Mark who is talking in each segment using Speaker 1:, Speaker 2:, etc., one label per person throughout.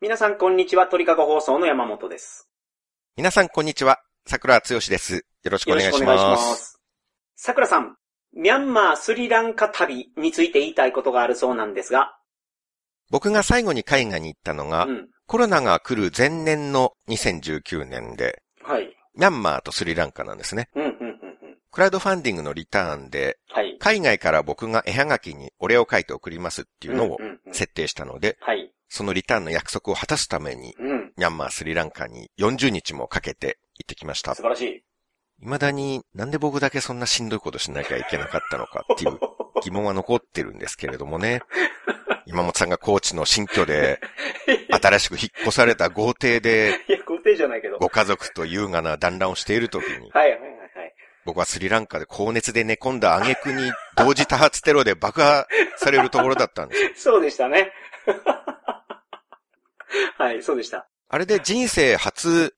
Speaker 1: 皆さん、こんにちは。鳥かご放送の山本です。
Speaker 2: 皆さん、こんにちは。桜つよしです。よろしくお願いし
Speaker 1: よろくお願
Speaker 2: ま。
Speaker 1: いしますす。桜さん、ミャンマー、スリランカ旅について言いたいことがあるそうなんですが、
Speaker 2: 僕が最後に海外に行ったのが、
Speaker 1: うん。
Speaker 2: コロナが来る前年の2019年で、
Speaker 1: はい。
Speaker 2: ミャンマーとスリランカなんですね。
Speaker 1: うん、うん、うん、うん。
Speaker 2: クラウドファンディングのリターンで、
Speaker 1: はい。
Speaker 2: 海外から僕が絵はがきにお礼を書いて送りますっていうのを
Speaker 1: んんうん
Speaker 2: 設定したので、
Speaker 1: はい。
Speaker 2: そのリターンの約束を果たすために、
Speaker 1: うん。
Speaker 2: ミャンマー、スリランカに40日もかけて行ってきました
Speaker 1: 素。晴らしい。
Speaker 2: 未だになんで僕だけそんなしんどいことしなきゃいけなかったのかっていう疑問は残ってるんですけれどもね。今本さんが高知の新居で、新しく引っ越された豪邸で、
Speaker 1: いや、固定じゃないけど。
Speaker 2: ご家族と優雅な団らんをしている時に、
Speaker 1: はい、はい、はいはい。
Speaker 2: 僕はスリランカで高熱で寝込んだ挙句に同時多発テロで爆破されるところだったんです。
Speaker 1: そうでしたね。 はい、そうでした。
Speaker 2: あれで人生初、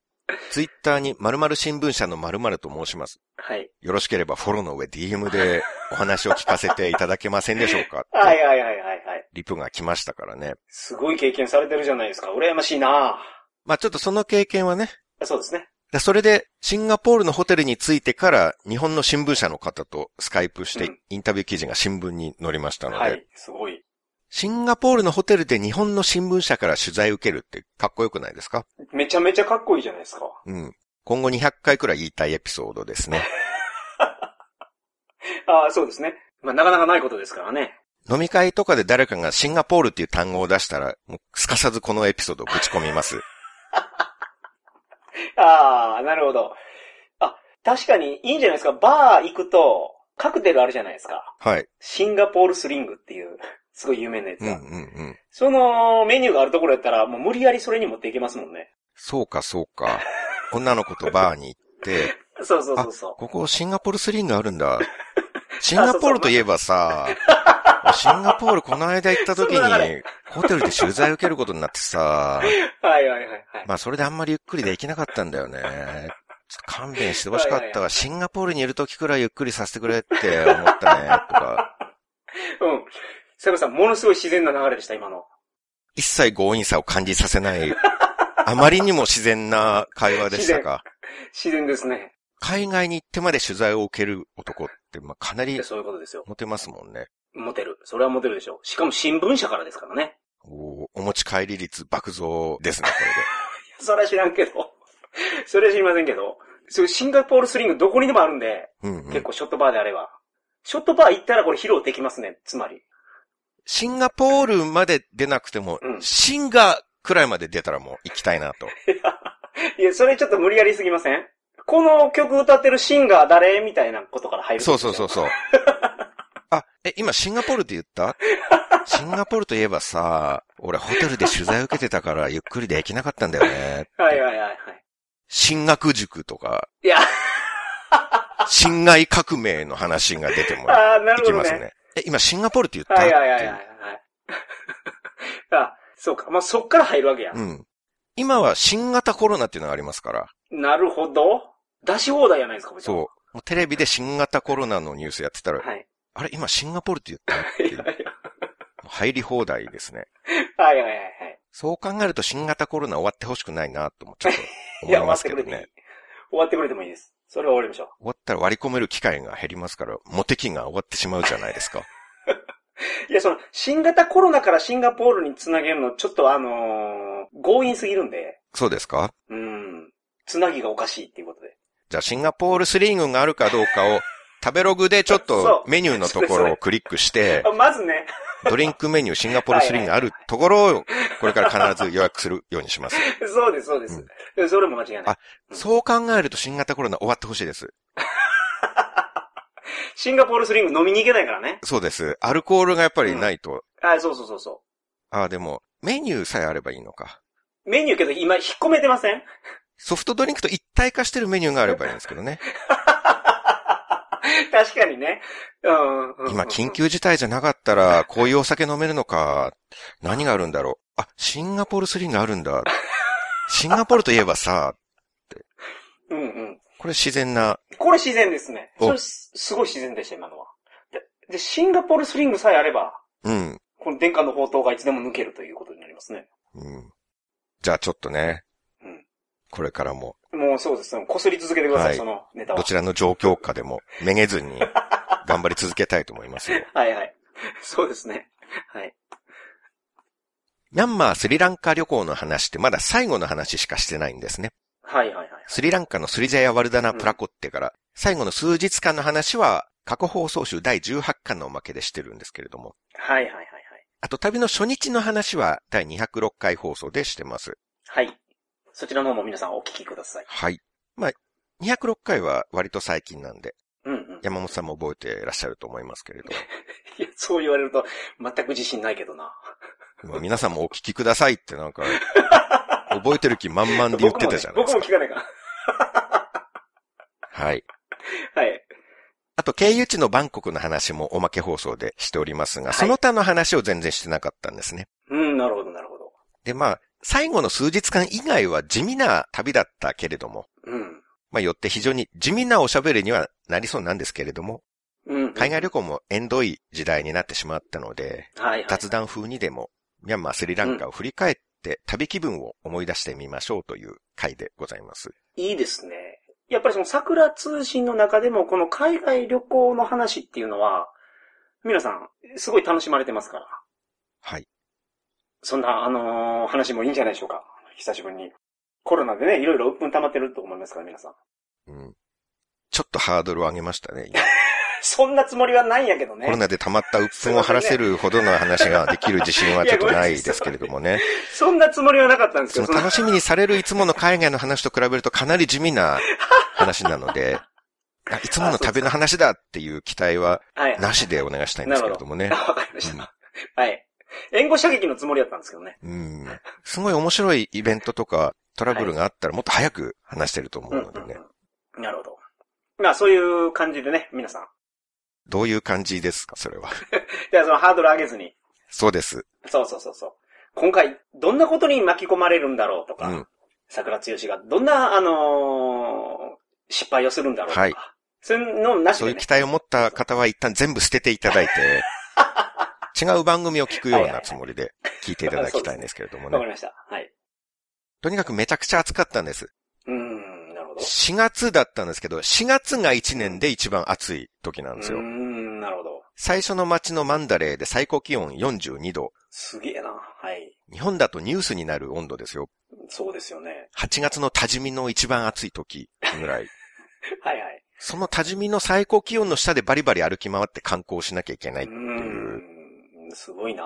Speaker 2: ツイッターに〇〇新聞社の〇〇と申します。
Speaker 1: はい。
Speaker 2: よろしければフォローの上 DM でお話を聞かせていただけませんでしょうか
Speaker 1: はい、はい、はい、はい、はい。
Speaker 2: リプが来ましたからね。
Speaker 1: すごい経験されてるじゃないですか。羨ましいな
Speaker 2: まあちょっとその経験はね、
Speaker 1: そうですね。
Speaker 2: でそれで、シンガポールのホテルに着いてから、日本の新聞社の方とスカイプし
Speaker 1: う
Speaker 2: て
Speaker 1: ん、
Speaker 2: インタビュー記事が新聞に載りましたので、
Speaker 1: はい、すごい。
Speaker 2: シンガポールのホテルで日本の新聞社から取材受けるってかっこよくないですか
Speaker 1: めちゃめちゃかっこいいじゃないですか。
Speaker 2: うん。今後200回くらい言いたいエピソードで すね。
Speaker 1: ああ、そうですね。まあ、なかなかないことですからね。
Speaker 2: 飲み会とかで誰かがシンガポールっていう単語を出したら、もうすかさずこのエピソードをぶち込みます。
Speaker 1: ああ、なるほど。あ、確かにいいんじゃないですか。バー行くと、カクテルあるじゃないですか。
Speaker 2: はい。
Speaker 1: シンガポールスリングっていう、すごい有名なやつ
Speaker 2: うんう
Speaker 1: が。
Speaker 2: んうん。
Speaker 1: そのメニューがあるところやったら、もう無理やりそれに持っていけますもんね。
Speaker 2: そうかそうか。女の子とバーに行って、
Speaker 1: そうそうそうそ
Speaker 2: ここシンガポールスリングある んだ。シンガポールといえばさ、シンガポールこの間行った 時
Speaker 1: その流
Speaker 2: に、ホテルで取材受けることになってさ、
Speaker 1: う。はいはいはいはい。
Speaker 2: まあそれであんまりゆっくりできなかったんだよね。ちょっと勘弁してほしかっ
Speaker 1: いやい
Speaker 2: た
Speaker 1: や
Speaker 2: わ。シンガポールにいる時くらいゆっくりさせてくれって思ったね、とか。
Speaker 1: うん。セブさん、ものすごい自然な流れでした、今の。
Speaker 2: 一切強引さを感じさせない、あまりにも自然な会話でしたが、
Speaker 1: 自然ですね。
Speaker 2: 海外に行ってまで取材を受ける男って、まあかなり
Speaker 1: そういうことですよ。
Speaker 2: モテますもんね。
Speaker 1: モテる。それはモテるでしょう。しかも新聞社からですからね。
Speaker 2: おーお持ち帰り率爆増ですね、これで。
Speaker 1: それは知らんけど。 それは知りませんけど。そういうシンガポールスリングどこにでもあるんで、
Speaker 2: うんう
Speaker 1: 結
Speaker 2: ん、
Speaker 1: 構ショットバーであれば。ショットバー行ったらこれ披露できますね、つまり。
Speaker 2: シンガポールまで出なくても、
Speaker 1: うん
Speaker 2: シンガくらいまで出たらもう行きたいなと。
Speaker 1: いや、それちょっと無理やりすぎませんこの曲歌ってるシンガー誰みたいなことから入る。
Speaker 2: そうそうそうそう。あ、え、今シンガポールって言ったシンガポールといえばさ、俺ホテルで取材受けてたからゆっくりできなかったんだよね。
Speaker 1: う。はいはいはいはい。
Speaker 2: 進学塾とか、
Speaker 1: いや、
Speaker 2: 侵害革命の話が出ても
Speaker 1: ああ、な る
Speaker 2: 行き
Speaker 1: ほど
Speaker 2: ます
Speaker 1: ね。
Speaker 2: ね。え、今シンガポールって言った
Speaker 1: はいはいはいはいは
Speaker 2: って
Speaker 1: い。あ、そうか。まあ、そっから入るわけや。
Speaker 2: いううん。今は新型コロナっていうのがありますから。
Speaker 1: なるほど。出し放題じゃないですか、部
Speaker 2: そう
Speaker 1: 長。。
Speaker 2: もうテレビで新型コロナのニュースやってたら、
Speaker 1: はい。
Speaker 2: あれ今シンガポールって言ったって
Speaker 1: はい
Speaker 2: い
Speaker 1: は
Speaker 2: う
Speaker 1: いはい
Speaker 2: もう入り放題ですね。
Speaker 1: はいはいはい。
Speaker 2: そう考えると新型コロナ終わってほしくないなともちょっと
Speaker 1: い
Speaker 2: 思
Speaker 1: や、終
Speaker 2: い
Speaker 1: わ
Speaker 2: ま
Speaker 1: っ
Speaker 2: す
Speaker 1: て
Speaker 2: け
Speaker 1: く
Speaker 2: ど
Speaker 1: れていい
Speaker 2: ね。。
Speaker 1: 終わってくれてもいいです。それは終わりましょう。
Speaker 2: 終わったら割り込める機会が減りますから、モテ期が終わってしまうじゃないですか。
Speaker 1: いや、その、新型コロナからシンガポールにつなげるの、ちょっとあのー強引すぎるんで、
Speaker 2: そうですか
Speaker 1: うん、つなぎがおかしいっていうことで。
Speaker 2: じゃあシンガポールスリングがあるかどうかを、食べログでちょっ
Speaker 1: そ
Speaker 2: と
Speaker 1: う
Speaker 2: メニューのところをクリック して、
Speaker 1: あまずね、
Speaker 2: ドリンクメニューシンガポールスリングあるところを、これから必ず予約するようにします。
Speaker 1: そうです、そうです。それも間違いない
Speaker 2: あ。そう考えると新型コロナ終わってほしいです。
Speaker 1: シンガポールスリング飲みに行けないからね。
Speaker 2: そうです。アルコールがやっぱりないと。
Speaker 1: あ、そうそうそうそ
Speaker 2: ああ、でも、メニューさえあればいいのか。
Speaker 1: う。メニューけど今引っ込めてません
Speaker 2: ソフトドリンクと一体化してるメニューがあればいいんですけどね。
Speaker 1: 確かにね。うんうん。うん
Speaker 2: 今、緊。急事態じゃなかったら、こういうお酒飲めるのか。何があるんだろう。あ、シンガポールスリンがあるんだ。シンガポールといえばさ、
Speaker 1: うんうん。
Speaker 2: これ自然な、
Speaker 1: これ自然ですね。
Speaker 2: お
Speaker 1: それすすごい自然でした、今のは。で、でシンガポールスリングさえあれば、
Speaker 2: うん、
Speaker 1: この殿下の宝刀がいつでも抜けるということになりますね。
Speaker 2: うん。じゃあちょっとね、
Speaker 1: うん
Speaker 2: これからも、
Speaker 1: もうそうです。こすり続けてください、
Speaker 2: はい
Speaker 1: そのネタは
Speaker 2: ど。ちらの状況下でも、めげずに、頑張り続けたいと思いますよ。
Speaker 1: はいはい。 そうですね。はい。
Speaker 2: ミャンマー、スリランカ旅行の話ってまだ最後の話しかしてないんですね。
Speaker 1: はいはいはい。
Speaker 2: スリランカのスリジャヤ・ワルダナ・プラコッテから、最後の数日間の話は、過去放送集第18巻のおまけでしてるんですけれども、
Speaker 1: はいはいはい
Speaker 2: あと旅の初日の話は第206回放送でしてます。
Speaker 1: はい。はい。そちらの方も皆さんお聞きください。
Speaker 2: はい。まあ、206回は割と最近なんで、
Speaker 1: うんうん。
Speaker 2: 山本さんも覚えてらっしゃると思いますけれど、
Speaker 1: いや、そう言われると、全く自信ないけど な。
Speaker 2: 今皆さんもお聞きくださいってなんか、覚えてる気満々で言ってたじゃないで
Speaker 1: 僕
Speaker 2: す
Speaker 1: も,、僕も
Speaker 2: か。
Speaker 1: 聞かないから。
Speaker 2: はい。
Speaker 1: はい。
Speaker 2: あと、経由地のバンコクの話もおまけ放送でしております
Speaker 1: は
Speaker 2: が、
Speaker 1: い
Speaker 2: その他の話を全然してなかったんですね。
Speaker 1: うん、なるほどなるほど。
Speaker 2: で、まあ、最後の数日間以外は地味な旅だったけれども、
Speaker 1: うん。
Speaker 2: まあ、よって非常に地味なおしゃべりにはなりそうなんですけれども、
Speaker 1: うん。
Speaker 2: 海外旅
Speaker 1: 行。
Speaker 2: 行も縁遠い時代になってしまったので、
Speaker 1: はい、はい。
Speaker 2: 雑談風にでも、ミャンマー、スリランカを振り返って旅気分を思い出してみましょうという回でございます。
Speaker 1: いいですね。やっぱりその桜通信の中でも、この海外旅行の話っていうのは、皆さん、すごい楽しまれてますから。
Speaker 2: はい。
Speaker 1: そんな、あのー話もいいんじゃないでしょうか。久しぶりに。コロナでね、いろいろ鬱憤溜まってると思いますから、皆さん。
Speaker 2: うん。ちょっとハードルを上げましたね、今
Speaker 1: そんなつもりはないんやけどね。
Speaker 2: コロナで溜まった鬱憤を晴らせるほどの話ができる自信はちょっとないですけれどもね。
Speaker 1: そんなつもりはなかったんですけど、
Speaker 2: その
Speaker 1: その
Speaker 2: 楽しみにされるいつもの海外の話と比べるとかなり地味な話な ので、あいつもの旅の話だっていう期待は
Speaker 1: はい。
Speaker 2: なしでお願いしたいんですけれどもね
Speaker 1: あ。 わかりました。はい。援護射撃のつもりだったんですけどね。
Speaker 2: うん。すごい面白いイベントとかトラブルがあったらもっと早く話してると思
Speaker 1: うん
Speaker 2: う
Speaker 1: うん
Speaker 2: のでね。
Speaker 1: うん。なるほど。まあ、そういう感じでね、皆さん。
Speaker 2: どういう感じですか、それは。
Speaker 1: では、そのハードル上げずに。
Speaker 2: そうです。
Speaker 1: そうそうそうそう。今回、どんなことに巻き込まれるんだろうと
Speaker 2: う
Speaker 1: か、
Speaker 2: ん。
Speaker 1: 桜つよしがどんな、あのー失敗をするんだろうとか。
Speaker 2: はい
Speaker 1: そういうのなし
Speaker 2: そう
Speaker 1: で
Speaker 2: いう
Speaker 1: ね
Speaker 2: 期。待を持った方は一旦全部捨てていただ いて、違う番組を聞くようなつもりで聞いていただきたいんですけれども
Speaker 1: わかり
Speaker 2: ね。
Speaker 1: ました。はい。
Speaker 2: とにかくめちゃくちゃ暑かったんです。
Speaker 1: うーん、なるほど。
Speaker 2: 4月だったんですけど、4月が1年で一番暑い時なんです
Speaker 1: うー
Speaker 2: よ。
Speaker 1: ん、なるほど。
Speaker 2: 最初の街のマンダレーで最高気温42度。
Speaker 1: すげえな。はい。
Speaker 2: 日本だとニュースになる温度ですよ。
Speaker 1: そうですよね。
Speaker 2: 8月の多治見の一番暑い時ぐらい。
Speaker 1: はいはい。
Speaker 2: その多治見の最高気温の下でバリバリ歩き回って観光しなきゃいけないっ
Speaker 1: う
Speaker 2: ていう。
Speaker 1: ーん、すごいな。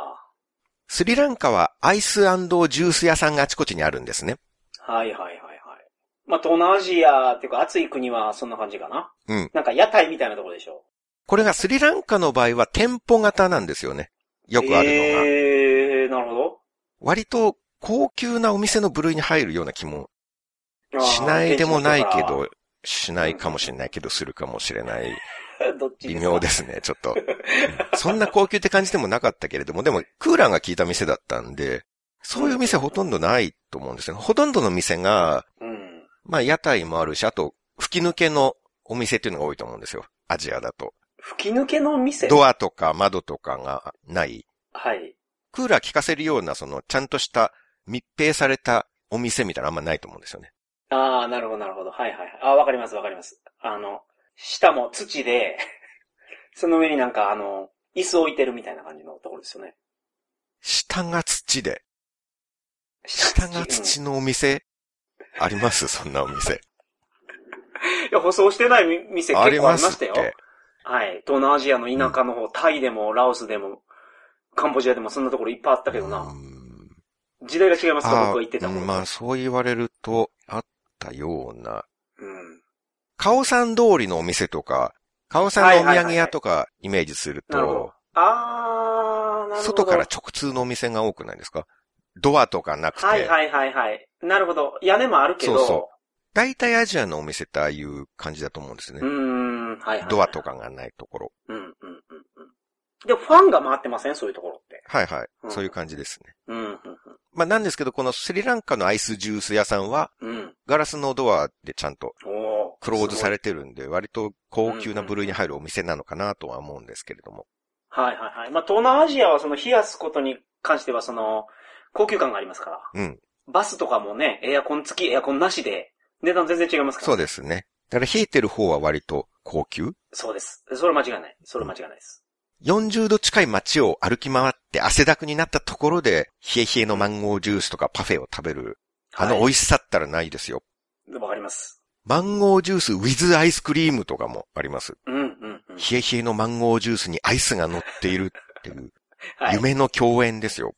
Speaker 2: スリランカはアイスジュース屋さんがあちこちにあるんですね。
Speaker 1: はいはいはいはい。まあ、東南アジアっていうか暑い国はそんな感じかな。
Speaker 2: うん。
Speaker 1: なんか屋台みたいなところでしょ。
Speaker 2: これがスリランカの場合は店舗型なんですよね。よくあるのが。
Speaker 1: えー、なるほど
Speaker 2: 割と高級なお店の部類に入るような気も。
Speaker 1: あー
Speaker 2: しないでもないけ。
Speaker 1: 現
Speaker 2: ど、しないかもしれないけど、するかもしれない。
Speaker 1: 地の人から どっち
Speaker 2: 微
Speaker 1: ですか
Speaker 2: 妙ですね、ちょっと。うんそんな高級って感じでもなかったけれども、でもクーラーが効いた店だったんで、そういう店ほとんどないと思うんですよ。ほとんどの店が、
Speaker 1: うん。
Speaker 2: まあ屋台もあるし、あと吹き抜けのお店っていうのが多いと思うんですよ。アジアだと。
Speaker 1: 吹き抜けの店
Speaker 2: ドアとか窓とかがない。
Speaker 1: はい。
Speaker 2: クーラー効かせるような、その、ちゃんとした密閉されたお店みたいなのあんまないと思うんですよね。
Speaker 1: ああ、なるほど、なるほど。はいはいはい。ああ、わかります、わかります。あの、下も土で、 その上になんかあの、椅子置いてるみたいな感じのところですよね。
Speaker 2: 下が土で。
Speaker 1: 下
Speaker 2: 下が
Speaker 1: う
Speaker 2: 土
Speaker 1: ん
Speaker 2: のお店ありますそんなお店。
Speaker 1: いや、舗装してないみ店結構ありましたよ
Speaker 2: あ。りますって
Speaker 1: はい。東南アジアの田舎の方、タイでも、ラオスでも、カンボジアでもそんなところいっぱいあったけど
Speaker 2: う
Speaker 1: な。
Speaker 2: ん
Speaker 1: 時代が違いますから、
Speaker 2: あ
Speaker 1: 僕が言ってた
Speaker 2: う
Speaker 1: も
Speaker 2: ん
Speaker 1: ん。
Speaker 2: まあ、そう言われると、あったような。
Speaker 1: うん。
Speaker 2: カオさん通りのお店とか、カオさんのお土産屋とかイメージする
Speaker 1: なるほ
Speaker 2: と
Speaker 1: ど、あー、なるほど。
Speaker 2: 外から直通のお店が多くないですかドアとかなくて。
Speaker 1: はいはいはいはい。なるほど。屋根もあるけど。
Speaker 2: そうそ大体アジアのお店ってああいう感じだと思うんですね
Speaker 1: う。ーん、はいはい。
Speaker 2: ドアと。かがないところ。
Speaker 1: うん、うん、うん。うんで、ファンが回ってませんそういうところって。
Speaker 2: はいはい。
Speaker 1: うん
Speaker 2: そういう感じですね。
Speaker 1: うん、うん、
Speaker 2: まあなんですけど、このスリランカのアイスジュース屋さんは、
Speaker 1: うん。うん。
Speaker 2: ガラスのドアでちゃんと
Speaker 1: おー
Speaker 2: クローズさ
Speaker 1: れ
Speaker 2: れてるんで、割と高級な部類に入るお店なのかなとは思うんですけれども。
Speaker 1: はいはいはい。まあ、東南アジアはその冷やすことに関してはその、高級感がありますから。
Speaker 2: うん。
Speaker 1: バスとかもね、エアコン付き、エアコンなしで、値段全然違いますから。
Speaker 2: そうですね。だから冷えてる方は割と高級
Speaker 1: そうです。それは間違いない。それは間違いないです。
Speaker 2: 40度近い街を歩き回って汗だくになったところで、冷え冷えのマンゴージュースとかパフェを食べる、あの美
Speaker 1: は
Speaker 2: 味しさったらないですよ。
Speaker 1: いわかります。
Speaker 2: マンゴージュース with アイスクリームとかもあります。
Speaker 1: うん、うん、うん。
Speaker 2: 冷え冷えのマンゴージュースにアイスが乗っているっていう、
Speaker 1: はい。
Speaker 2: 夢の共演ですよ。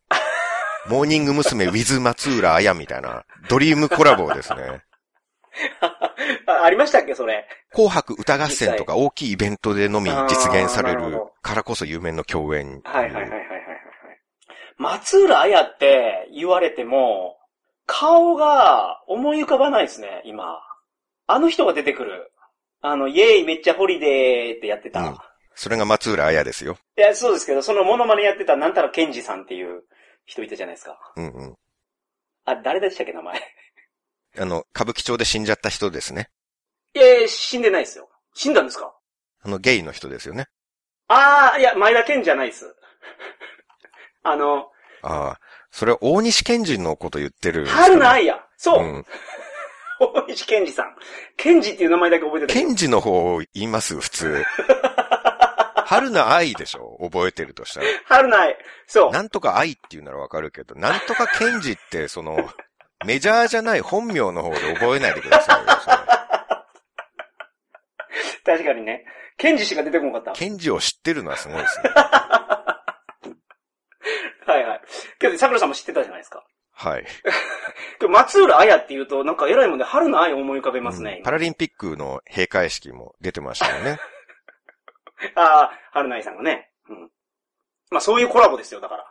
Speaker 2: モーニング娘。with 松浦綾みたいな、ドリームコラボですね。
Speaker 1: あありましたっけ、それ。
Speaker 2: 紅白歌合戦とか大きいイベントでのみ実現され
Speaker 1: あーなる
Speaker 2: る
Speaker 1: ほど
Speaker 2: からこそ夢の共演。
Speaker 1: はい、はい、はい、はい、はい。はい松浦綾って言われても、顔が思い浮かばないですね、今。あの人が出てくる。あの、イエーイめっちゃホリデーってやってた。
Speaker 2: うんそれが松浦綾ですよ。
Speaker 1: いや、そうですけど、そのモノマネやってたなんたらケンジさんっていう人いたじゃないですか。
Speaker 2: うんうん。
Speaker 1: あ、誰でしたっけ、名前。
Speaker 2: あの、歌舞伎町で死んじゃった人ですね。
Speaker 1: いやいや、死んでないですよ。死んだんですか
Speaker 2: あの、ゲイの人ですよね。
Speaker 1: あー、いや、前田健じゃないです。 あの、
Speaker 2: ああ、それは大西健治のこと言ってるんですかね、
Speaker 1: 春菜愛や。そうう、
Speaker 2: ん。
Speaker 1: 大西健二さん。健二っていう名前だけ覚えてたけど。
Speaker 2: 健治の方を言います、普通。春菜愛でしょ覚えてるとしたら。
Speaker 1: 春菜愛。そう。
Speaker 2: なんとか愛っていうならわかるけど、なんとかケンジって、その、メジャーじゃない本名の方で覚えないでくださいよそれ。
Speaker 1: 確かにね。健二しか出てこなかっ
Speaker 2: ケンジを知ってるのはすごいですね。
Speaker 1: た。はいはい。けど、桜さんも知ってたじゃないですか。
Speaker 2: はい。
Speaker 1: けど、松浦綾っていうと、なんか偉いもんで、春菜愛を思い浮かべますね。
Speaker 2: うん
Speaker 1: 今
Speaker 2: パラリンピックの閉会式も出てました よね。
Speaker 1: ああ、春菜さんがね。うん。まあそういうコラボですよ、だから。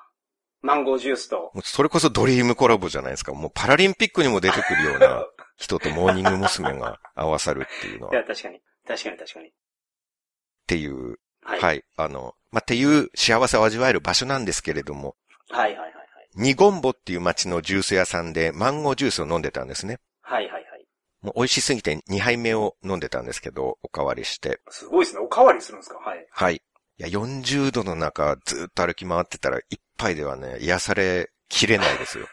Speaker 1: マンゴージュースと。
Speaker 2: もうそれこそドリームコラボじゃないですか。もうパラリンピックにも出てくるような人とモーニング娘。が合わさるっていうの
Speaker 1: い
Speaker 2: は、
Speaker 1: や、
Speaker 2: っ
Speaker 1: 確かに。確かに確かに。
Speaker 2: ていう、
Speaker 1: はい。は、
Speaker 2: はいい、あの、まあ、っていう幸せを味わえる場所なんですけれども、
Speaker 1: はい、はいはい。
Speaker 2: ニゴンボっていう街のジュース屋さんでマンゴージュースを飲んでたんですね。
Speaker 1: はい、はい、はい。
Speaker 2: もう美味しすぎて2杯目を飲んでたんですけど、おかわりして。
Speaker 1: すごいですね。おかわりするんですかはい。
Speaker 2: はい。いや、40度の中、ずっと歩き回ってたら、一杯ではね、癒されきれないですよ。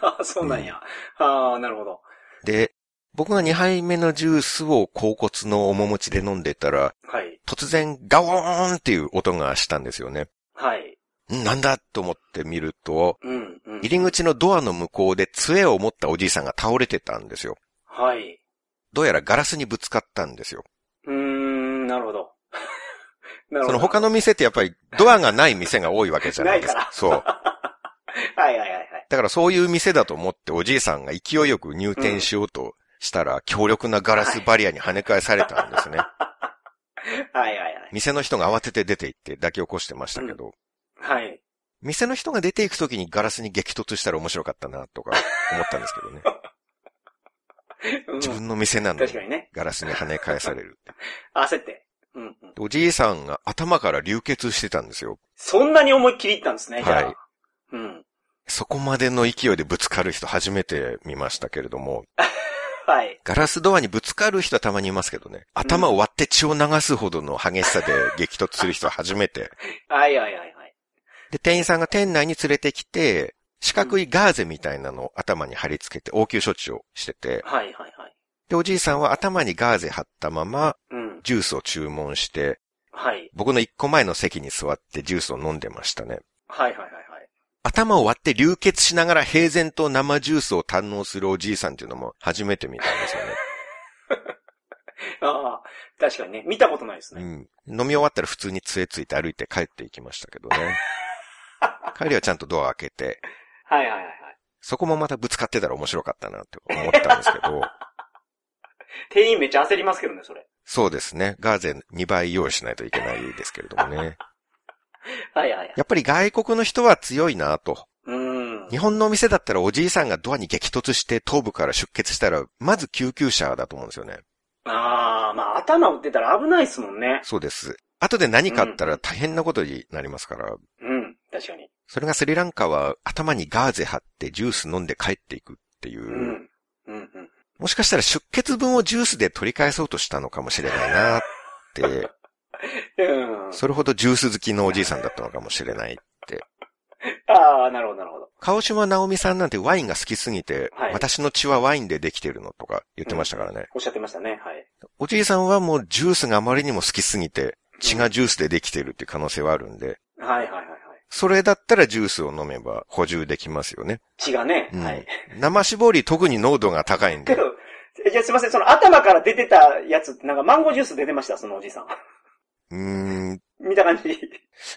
Speaker 1: ああ、そうなんや。ああ、なるほど。
Speaker 2: で、僕が2杯目のジュースを甲骨の面持ちで飲んでたら、
Speaker 1: はい。
Speaker 2: 突然ガオーンっていう音がしたんですよね。
Speaker 1: はい。
Speaker 2: んなんだと思ってみると、
Speaker 1: うん、うん。
Speaker 2: 入り口のドアの向こうで杖を持ったおじいさんが倒れてたんですよ。
Speaker 1: はい。
Speaker 2: どうやらガラスにぶつかったんですよ。
Speaker 1: うーん、なるほど。 なるほ
Speaker 2: そ
Speaker 1: ど。
Speaker 2: の他の店ってやっぱりドアがない店が多いわけじゃないです
Speaker 1: ない
Speaker 2: か
Speaker 1: か。
Speaker 2: そう。
Speaker 1: はいはいはいはい。
Speaker 2: だからそういう店だと思っておじいさんが勢いよく入店しようとしたら、強力なガラスバリアに跳ね返されたんですね。
Speaker 1: はいはいはい。
Speaker 2: 店の人が慌てて出て行って抱き起こしてましたけど、
Speaker 1: はい。
Speaker 2: 店の人が出て行く時にガラスに激突したら面白かったなとか思ったんですけ どね。
Speaker 1: うん
Speaker 2: 自分の店なのに
Speaker 1: 確かにね。
Speaker 2: ガラスに跳ね返される。
Speaker 1: 焦って。うん、うん。
Speaker 2: でおじいさんが頭から流血してたんですよ。
Speaker 1: そんなに思いっきりいったんですね、じゃあ。
Speaker 2: はい
Speaker 1: うん。
Speaker 2: そこまでの勢いでぶつかる人初めて見ましたけれども、
Speaker 1: はい。
Speaker 2: ガラスドアにぶつかる人はたまにいますけどね、頭を割って血を流すほどの激しさで激突する人は初めて
Speaker 1: はいはいはいはい。
Speaker 2: で、店員さんが店内に連れてきて、四角いガーゼみたいなのを頭に貼り付けて応急処置をしてて、
Speaker 1: はいはいはい。
Speaker 2: で、おじいさんは頭にガーゼ貼ったまま、
Speaker 1: うん。
Speaker 2: ジュースを注文して、
Speaker 1: はい。
Speaker 2: 僕の一個前の席に座ってジュースを飲んでましたね。
Speaker 1: はいはいはいはい。
Speaker 2: 頭を割って流血しながら平然と生ジュースを堪能するおじいさんっていうのも初めて見たんですよね。
Speaker 1: ああ、確かにね。見たことないです
Speaker 2: う
Speaker 1: ね。
Speaker 2: ん。飲み終わったら普通に杖ついて歩いて帰っていきましたけどね。帰りはちゃんとドア開けて、
Speaker 1: はいはいはいはい。
Speaker 2: そこもまたぶつかってたら面白かったなって思ったんですけど、
Speaker 1: 店員めっちゃ焦りますけどね、それ。
Speaker 2: そうですね。ガーゼ2倍用意しないといけないですけれどもね。
Speaker 1: はいはいはい。
Speaker 2: やっぱり外国の人は強いなと。
Speaker 1: うーん
Speaker 2: 日。本のお店だったらおじいさんがドアに激突して頭部から出血したら、まず救急車だと思うんですよね。
Speaker 1: ああ、まあ頭打ってたら危ないですもんね。
Speaker 2: そうです。後で何かあったら大変なことになりますから。
Speaker 1: うん、確かに。
Speaker 2: それがスリランカは頭にガーゼ貼ってジュース飲んで帰っていくっていう
Speaker 1: う。ん。うん、うん。
Speaker 2: もしかしたら出血分をジュースで取り返そうとしたのかもしれないなって、
Speaker 1: うん。
Speaker 2: それほどジュース好きのおじいさんだったのかもしれない。
Speaker 1: ああ、なるほど、なるほど。
Speaker 2: 川島直美さんなんてワインが好きすぎて、
Speaker 1: はい
Speaker 2: 私の血はワインでできてるのとか言ってましたからね。
Speaker 1: おっしゃってましたね。はい。
Speaker 2: おじいさんはもうジュースがあまりにも好きすぎて、血がジュースでできてるっていう可能性はあるんで、
Speaker 1: はいはいはいはい。
Speaker 2: それだったらジュースを飲めば補充できますよね。
Speaker 1: 血がね。
Speaker 2: うん
Speaker 1: はい。
Speaker 2: 生絞り特に濃度が高いん
Speaker 1: け
Speaker 2: で
Speaker 1: ど、、えじゃあすいません、その頭から出てたやつ、なんかマンゴージュース出てました、そのおじさん。
Speaker 2: うーん、
Speaker 1: 見た感じ。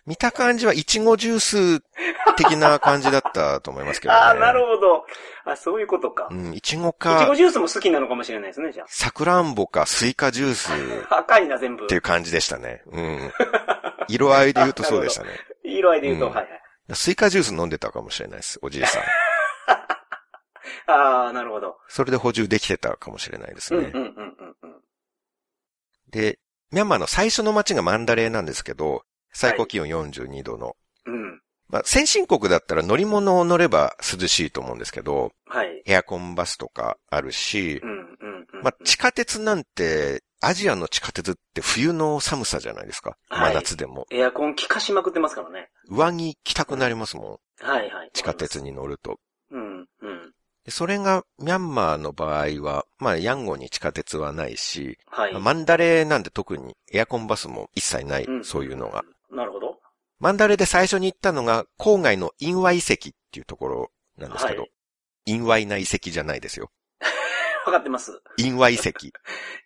Speaker 2: 見た感じはイチゴジュース的な感じだったと思いますけど ね。
Speaker 1: ああー、なるほど。あ、そういうことか。
Speaker 2: うん、イチ
Speaker 1: いち
Speaker 2: ゴ
Speaker 1: ご
Speaker 2: か、
Speaker 1: ジュースも好きなのかもしれないですね、じゃ
Speaker 2: サクランボか、スイカジュースっ
Speaker 1: あ。赤いな、全部
Speaker 2: て。いう感じでしたね。うん。色合いで言うとそうで したね。
Speaker 1: 色合いで言うと、
Speaker 2: うん
Speaker 1: はいはい。
Speaker 2: スイカジュース飲んでたかもしれないです、おじいさん。
Speaker 1: ああ、なるほど。
Speaker 2: それで補充できてたかもしれないです
Speaker 1: うん
Speaker 2: ね。
Speaker 1: うんうんうんうん。
Speaker 2: で、ミャンマーの最初の町がマンダレーなんですけど、最高気温42度の。
Speaker 1: うん。
Speaker 2: まあ、先進国だったら乗り物を乗れば涼しいと思うんですけど、
Speaker 1: はい。
Speaker 2: エアコンバスとかあるし
Speaker 1: う、んうんうん。
Speaker 2: まあ、地下鉄なんて、アジアの地下鉄って冬の寒さじゃないですか。
Speaker 1: はい
Speaker 2: 真夏でも。
Speaker 1: エアコン効かしまくってますからね。
Speaker 2: 上着着たくなりますもん。
Speaker 1: はいはい。
Speaker 2: 地下鉄に乗ると。
Speaker 1: うんうん。
Speaker 2: でそれが、ミャンマーの場合は、まあ、ヤンゴンに地下鉄はないし、
Speaker 1: はい。
Speaker 2: マンダレーなんて特にエアコンバスも一切ない、そういうのが。。
Speaker 1: なるほど。
Speaker 2: マンダレーで最初に行ったのが、郊外のインワ遺跡っていうところなんですけど、
Speaker 1: は
Speaker 2: インワイな遺跡じゃないですよ。
Speaker 1: わかってます。
Speaker 2: インワ遺 跡。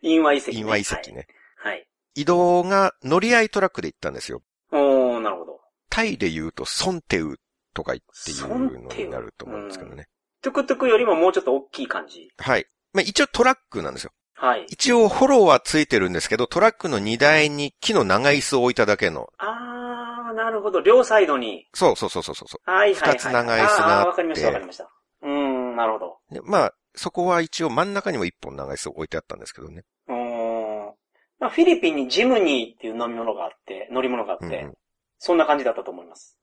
Speaker 1: インワ遺跡、ね。
Speaker 2: インワ遺跡ね。
Speaker 1: はい。
Speaker 2: 移動が乗り合いトラックで行ったんですよ。
Speaker 1: はい。おー、なるほど。
Speaker 2: タイで言うとソンテウとか言っていうのになると思うんですけどね。
Speaker 1: トゥクトゥクよりももうちょっと大きい感じ。
Speaker 2: はい。まあ、一応トラックなんですよ。
Speaker 1: はい。
Speaker 2: 一応フォローはついてるんですけど、トラックの荷台に木の長い椅子を置いただけの。
Speaker 1: あー、なるほど。両サイドに。
Speaker 2: そうそうそうそうそうそ
Speaker 1: はいはいはい。
Speaker 2: 二つ長い椅子があって
Speaker 1: あーわかりましたわかりました。うーん、なるほど。
Speaker 2: う。でまあ、そこは一応真ん中にも一本長い椅子を置いてあったんですけどね。
Speaker 1: うーん。まあ、フィリピンにジムニーっていう飲み物があって、乗り物があって、
Speaker 2: うんうん、
Speaker 1: そんな感じだったと思います。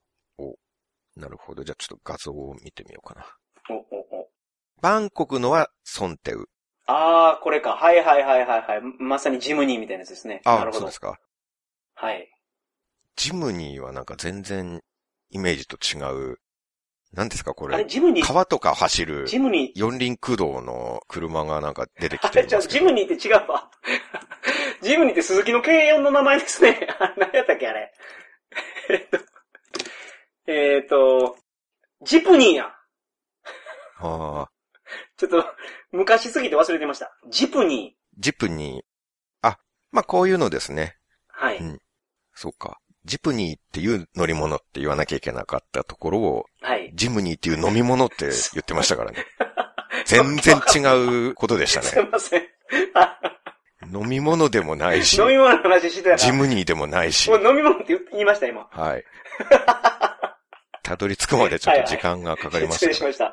Speaker 2: なるほど。じゃあちょっと画像を見てみようかな。
Speaker 1: お、お、お。
Speaker 2: バンコクのはソンテウ。
Speaker 1: あー、これか。はいはいはいはいはい。まさにジムニーみたいなやつですね。な
Speaker 2: あ
Speaker 1: る、ほ
Speaker 2: そう
Speaker 1: ど
Speaker 2: です。か。
Speaker 1: はい。
Speaker 2: ジムニーはなんか全然イメージと違う。何ですか
Speaker 1: あ
Speaker 2: こ
Speaker 1: れ、
Speaker 2: れ。
Speaker 1: ジムニー、
Speaker 2: 川とか走る
Speaker 1: ジムニー、
Speaker 2: 四輪駆動の車がなんか出て
Speaker 1: あ
Speaker 2: きて
Speaker 1: れ、
Speaker 2: るん
Speaker 1: じゃ
Speaker 2: で
Speaker 1: あ
Speaker 2: すけ
Speaker 1: ジ
Speaker 2: ど。
Speaker 1: ムニーって違うわ。ジムニーって鈴木の軽音の名前ですね。あ何やったっけ、あれ。えっと、えっと、ジプニーや。
Speaker 2: ああ、
Speaker 1: ちょっと、昔すぎて忘れてました。ジプニー。
Speaker 2: ジプニー。あ、まあこういうのですね。
Speaker 1: はい。
Speaker 2: うんそうか。ジプニーっていう乗り物って言わなきゃいけなかったところを、
Speaker 1: はい。
Speaker 2: ジムニーっていう飲み物って言ってましたから ね。全然違うことでした
Speaker 1: すい
Speaker 2: ね。
Speaker 1: ません。あ
Speaker 2: 飲み物でもないし
Speaker 1: 飲、み物の話してたら。
Speaker 2: ジムニーでもないし
Speaker 1: も。う飲み物って言言いました、今。
Speaker 2: はい。たどり着くまでちょっと時間がかかりまし
Speaker 1: 失
Speaker 2: た
Speaker 1: 礼
Speaker 2: ね
Speaker 1: し。ました。は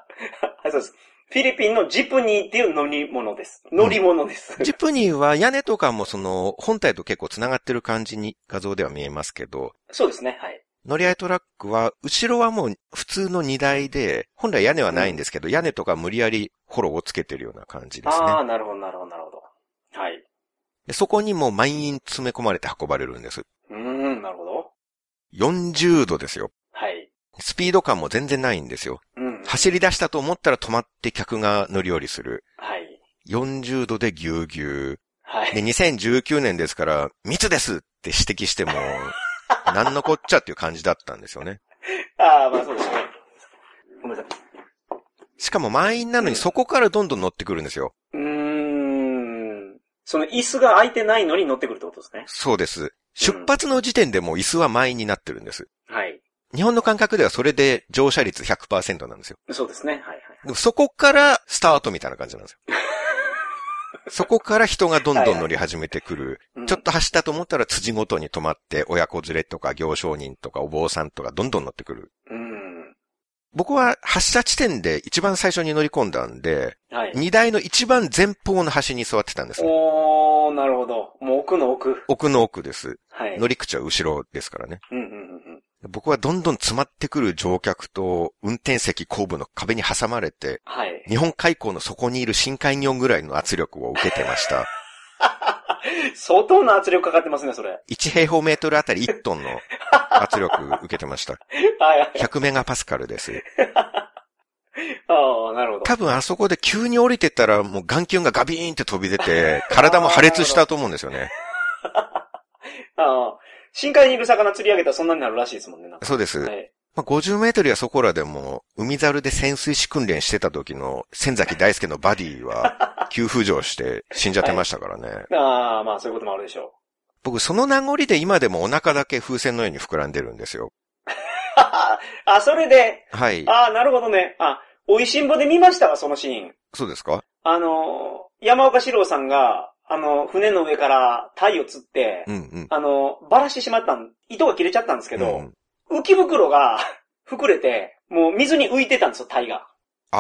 Speaker 1: い、そうです。フィリピンのジプニーっていう乗り物です。乗り物です。
Speaker 2: ジプニーは屋根とかもその本体と結構繋がってる感じに画像では見えますけど、
Speaker 1: そうですね、はい。
Speaker 2: 乗り合いトラックは後ろはもう普通の荷台で、本来屋根はないんですけど、屋根とか無理やりホロをつけてるような感じです
Speaker 1: あ
Speaker 2: ね
Speaker 1: あ、なるほど、なるほど、なるほど。はい。
Speaker 2: で。そこにもう満員詰め込まれて運ばれるんです。
Speaker 1: うーん、なるほど。
Speaker 2: 40度ですよ。
Speaker 1: はい。
Speaker 2: スピード感も全然ないんですよ。
Speaker 1: うん。
Speaker 2: 走り出したと思ったら止まって客が乗り降りする。
Speaker 1: はい。
Speaker 2: 40度でぎゅうぎゅう。
Speaker 1: は
Speaker 2: で、
Speaker 1: い。
Speaker 2: 2019年ですから、密ですって指摘しても、なんのこっちゃっていう感じだったんですよね。
Speaker 1: ああ、まあそうですね。ごめんなさい。
Speaker 2: しかも満員なのにそこからどんどん乗ってくるんですよ。
Speaker 1: うーん。その椅子が空いてないのに乗ってくるってことですね。
Speaker 2: そうです。出発の時点でもう椅子は満員になってるんです。
Speaker 1: はい。
Speaker 2: 日本の感覚ではそれで乗車率100%なんですよ。
Speaker 1: そうですね。はいはい。
Speaker 2: でもそこからスタートみたいな感じなんですよ。そこから人がどんどん乗り始めてくる。
Speaker 1: うん
Speaker 2: ちょっと走ったと思ったら辻ごとに止まって親子連れとか行商人とかお坊さんとかどんどん乗ってくる。
Speaker 1: うん。
Speaker 2: 僕は発車地点で一番最初に乗り込んだんで、
Speaker 1: はい。
Speaker 2: 荷台の一番前方の端に座ってたんです。
Speaker 1: おー、なるほど。もう奥の奥。
Speaker 2: 奥の奥です。
Speaker 1: はい。
Speaker 2: 乗り口は後ろですからね。
Speaker 1: うんうんうん。
Speaker 2: 僕はどんどん詰まってくる乗客と運転席後部の壁に挟まれて、
Speaker 1: はい。
Speaker 2: 日本海溝の底にいる深海日本ぐらいの圧力を受けてました。
Speaker 1: 相当な圧力かかってますね、それ。
Speaker 2: 1平方メートルあたり1トンの圧力受けてました。
Speaker 1: はいはい。
Speaker 2: 100メガパスカルです。
Speaker 1: ああ、なるほど。
Speaker 2: 多分あそこで急に降りてったら、もう眼球がガビーンって飛び出て、体も破裂したと思うんですよね。
Speaker 1: ああ、深海にいる魚釣り上げたらそんなになるらしいですもんね、なんか。
Speaker 2: そうです。
Speaker 1: はい。
Speaker 2: まあ、50メートルやそこらでも、海猿で潜水士訓練してた時の、仙崎大輔のバデ ィは、急浮上して死んじゃってましたからね。
Speaker 1: ああ、まあそういうこと もあるでしょ
Speaker 2: 僕、その名残で今でもお腹だけ風船のように膨らんでるんですよ。
Speaker 1: う。あ、それで、
Speaker 2: はい。
Speaker 1: ああ、なるほどね。あ、美味しんぼで見ましたわ、そのシーン。
Speaker 2: そうですか
Speaker 1: あの、山岡四郎さんが、あの、船の上から鯛を釣って、
Speaker 2: うんうん。
Speaker 1: あの、ばらしてしまったん、糸が切れちゃったんですけ
Speaker 2: う
Speaker 1: ど、
Speaker 2: ん、
Speaker 1: 浮き袋が 膨れて、もう水に浮いてたんですよ、鯛が。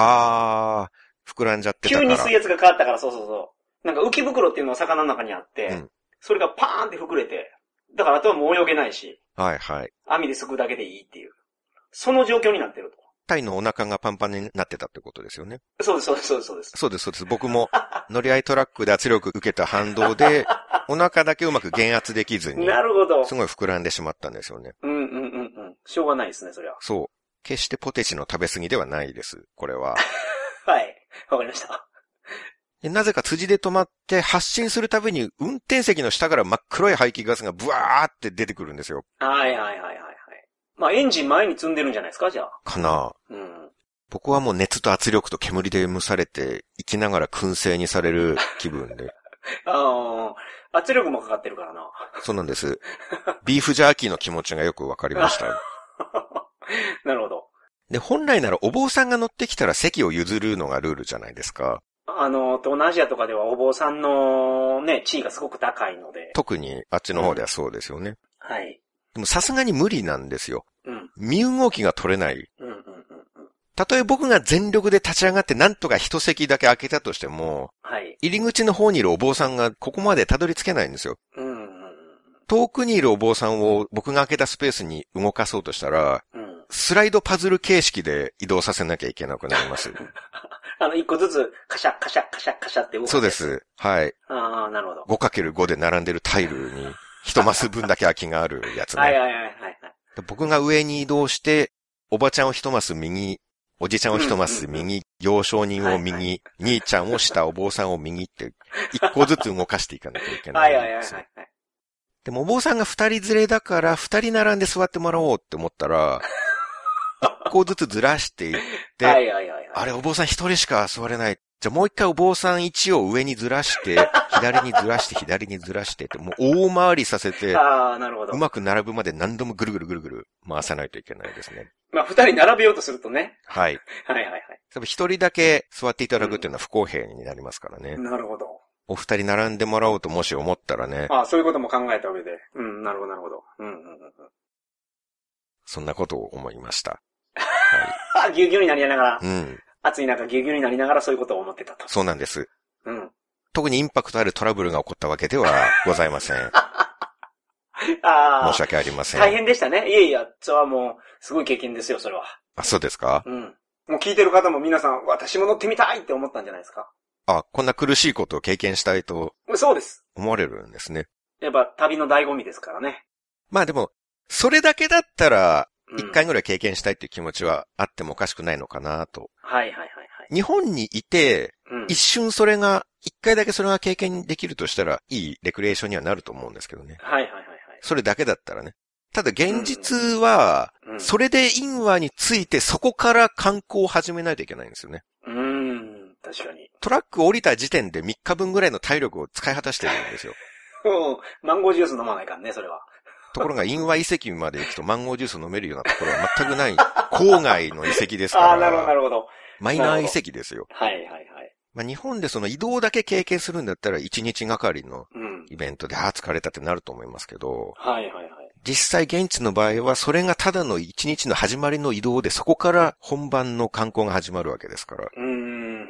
Speaker 2: あー、膨らんじゃってた
Speaker 1: 急
Speaker 2: から。
Speaker 1: に水圧が変わったから、そうそうそう。なんか浮き袋っていうのは魚の中にあって、
Speaker 2: うん
Speaker 1: それがパーンって膨れて、だからあとはもう泳げないし、
Speaker 2: はいはい。
Speaker 1: 網ですくうだけでいいっていう。その状況になってる
Speaker 2: 体のお腹がパンパンになってたってことですよね。
Speaker 1: と。そうです、そうです、そうです、そうです。
Speaker 2: そうで す、そうです。僕も、乗り合いトラックで圧力受けた反 動で、お腹だけうまく減圧できずに、
Speaker 1: なるほど。
Speaker 2: すごい膨らんでしまったんですよね。
Speaker 1: うんうんうんうん。しょうがないですね、それは。
Speaker 2: そう。決してポテチの食べ過ぎではないです。これは。
Speaker 1: はい。わかりました。
Speaker 2: でなぜか辻で止まって発進するたびに運転席の下から真っ黒い排気ガスがブワーって出てくるんですよ。
Speaker 1: はいはいはいはい。はいまあ、エンジン前に積んでるんじゃないですか、じゃあ。
Speaker 2: かなあ
Speaker 1: うん。
Speaker 2: 僕はもう熱と圧力と煙で蒸されて、生きながら燻製にされる気分で。
Speaker 1: ああ、圧力もかかってるからな。
Speaker 2: そうなんです。ビーフジャーキーの気持ちがよくわかりました。
Speaker 1: なるほど。
Speaker 2: で、本来ならお坊さんが乗ってきたら席を譲るのがルールじゃないですか。
Speaker 1: あの、東南アジアとかではお坊さんのね、地位がすごく高いので。
Speaker 2: 特にあっちの方ではそうですよね。
Speaker 1: はい。
Speaker 2: でもさすがに無理なんですよ。
Speaker 1: うん。
Speaker 2: 身動きが取れない。
Speaker 1: うんうんうんうん。
Speaker 2: たとえ僕が全力で立ち上がってなんとか一席だけ開けたとしても、
Speaker 1: はい。
Speaker 2: 入り口の方にいるお坊さんがここまでたどり着けないんですよ。
Speaker 1: うんうん
Speaker 2: 遠くにいるお坊さんを僕が開けたスペースに動かそうとしたら、
Speaker 1: うん。 うん。
Speaker 2: スライドパズル形式で移動させなきゃいけなくなり ます。
Speaker 1: あの、一個ずつ、カシャカシャカシャカシャって動く。
Speaker 2: そうで。す。はい。
Speaker 1: ああ、なるほど。
Speaker 2: 5×5 で並んでるタイルに、一マス分だけ空きがあるやつね。
Speaker 1: はいはいはいはいはい。
Speaker 2: 僕が上に移動して、おばちゃんを一マス右、おじちゃんを一マス
Speaker 1: うん
Speaker 2: 右、幼少人を右、
Speaker 1: はい
Speaker 2: 兄ちゃんを下、お坊さんを右って、一個ずつ動かしていかなきゃいけな
Speaker 1: はいい
Speaker 2: んですよ。
Speaker 1: はいはいはいはい。
Speaker 2: でもお坊さんが二人連れだから、二人並んで座ってもらおうって思っ たら、一個ずつずらしていって、
Speaker 1: はいはいはいはい。
Speaker 2: あれお坊さん一人しか座れない。じゃあもう一回お坊さん一を上にずらして、左にずらして、左にずらしてって、もう大回りさせて、
Speaker 1: ああ、なるほど。
Speaker 2: うまく並ぶまで何度もぐるぐるぐるぐる回さないといけないですね。
Speaker 1: まあ、二人並べようとすると ね。
Speaker 2: はい。
Speaker 1: はいはいは
Speaker 2: 多分一人だけ座っていただくっていうのは不公平になりますからね
Speaker 1: い。。なるほど。
Speaker 2: お二人並んでもらおうともし思ったらね、
Speaker 1: ああ、そういうことも考えた上で。うん、なるほどなるほど。うんうんうんうん。
Speaker 2: そんなことを思いました。
Speaker 1: あ、ぎゅうぎゅうになりながら
Speaker 2: う、ん。
Speaker 1: 暑い中ぎゅうぎゅうになりながらそういうことを思ってたと。
Speaker 2: そうなんです。
Speaker 1: うん。
Speaker 2: 特にインパクトあるトラブルが起こったわけではございま せん。
Speaker 1: あ
Speaker 2: 申し
Speaker 1: あ、
Speaker 2: 訳ありませ
Speaker 1: 大
Speaker 2: ん。
Speaker 1: 変でしたね。いやいや、それはもう、すごい経験ですよ、それは。
Speaker 2: あ、そうですか
Speaker 1: うん。もう聞いてる方も皆さん、私も乗ってみたいって思ったんじゃないですか。
Speaker 2: あ、こんな苦しいことを経験したいと
Speaker 1: そうです。
Speaker 2: 思われるんですね。
Speaker 1: やっぱ旅の醍醐味ですからね。
Speaker 2: まあでも、それだけだった
Speaker 1: う
Speaker 2: ら、
Speaker 1: ん
Speaker 2: 一回ぐらい経験したいっていう気持ちはあってもおかしくないのかなと。
Speaker 1: はいはいはいはい。
Speaker 2: 日本にいて、
Speaker 1: うん
Speaker 2: 一瞬それが、一回だけそれが経験できるとしたら、いいレクリエーションにはなると思うんですけどね。
Speaker 1: はいはいはいはい。
Speaker 2: それだけだったらね。ただ現実は、
Speaker 1: うん。
Speaker 2: それでインワについてそこから観光を始めないといけないんですよね。
Speaker 1: うーん、確かに。
Speaker 2: トラック降りた時点で3日分ぐらいの体力を使い果たしてるんですよ。
Speaker 1: うん。マンゴージュース飲まないかんね、それは。
Speaker 2: ところが、インワ遺跡まで行くとマンゴージュース飲めるようなところは全くない、郊外の遺跡です
Speaker 1: あ
Speaker 2: か
Speaker 1: あ、なるほど、な
Speaker 2: ら、
Speaker 1: るほど。
Speaker 2: マイナー遺跡ですよ。
Speaker 1: はいはいはい。
Speaker 2: まあ、日本でその移動だけ経験するんだったら1日がかりの
Speaker 1: うん。
Speaker 2: イベントで、ああ、疲れたってなると思いますけど、
Speaker 1: はいはいはい。
Speaker 2: 実際現地の場合はそれがただの1日の始まりの移動で、そこから本番の観光が始まるわけですから、
Speaker 1: うーん。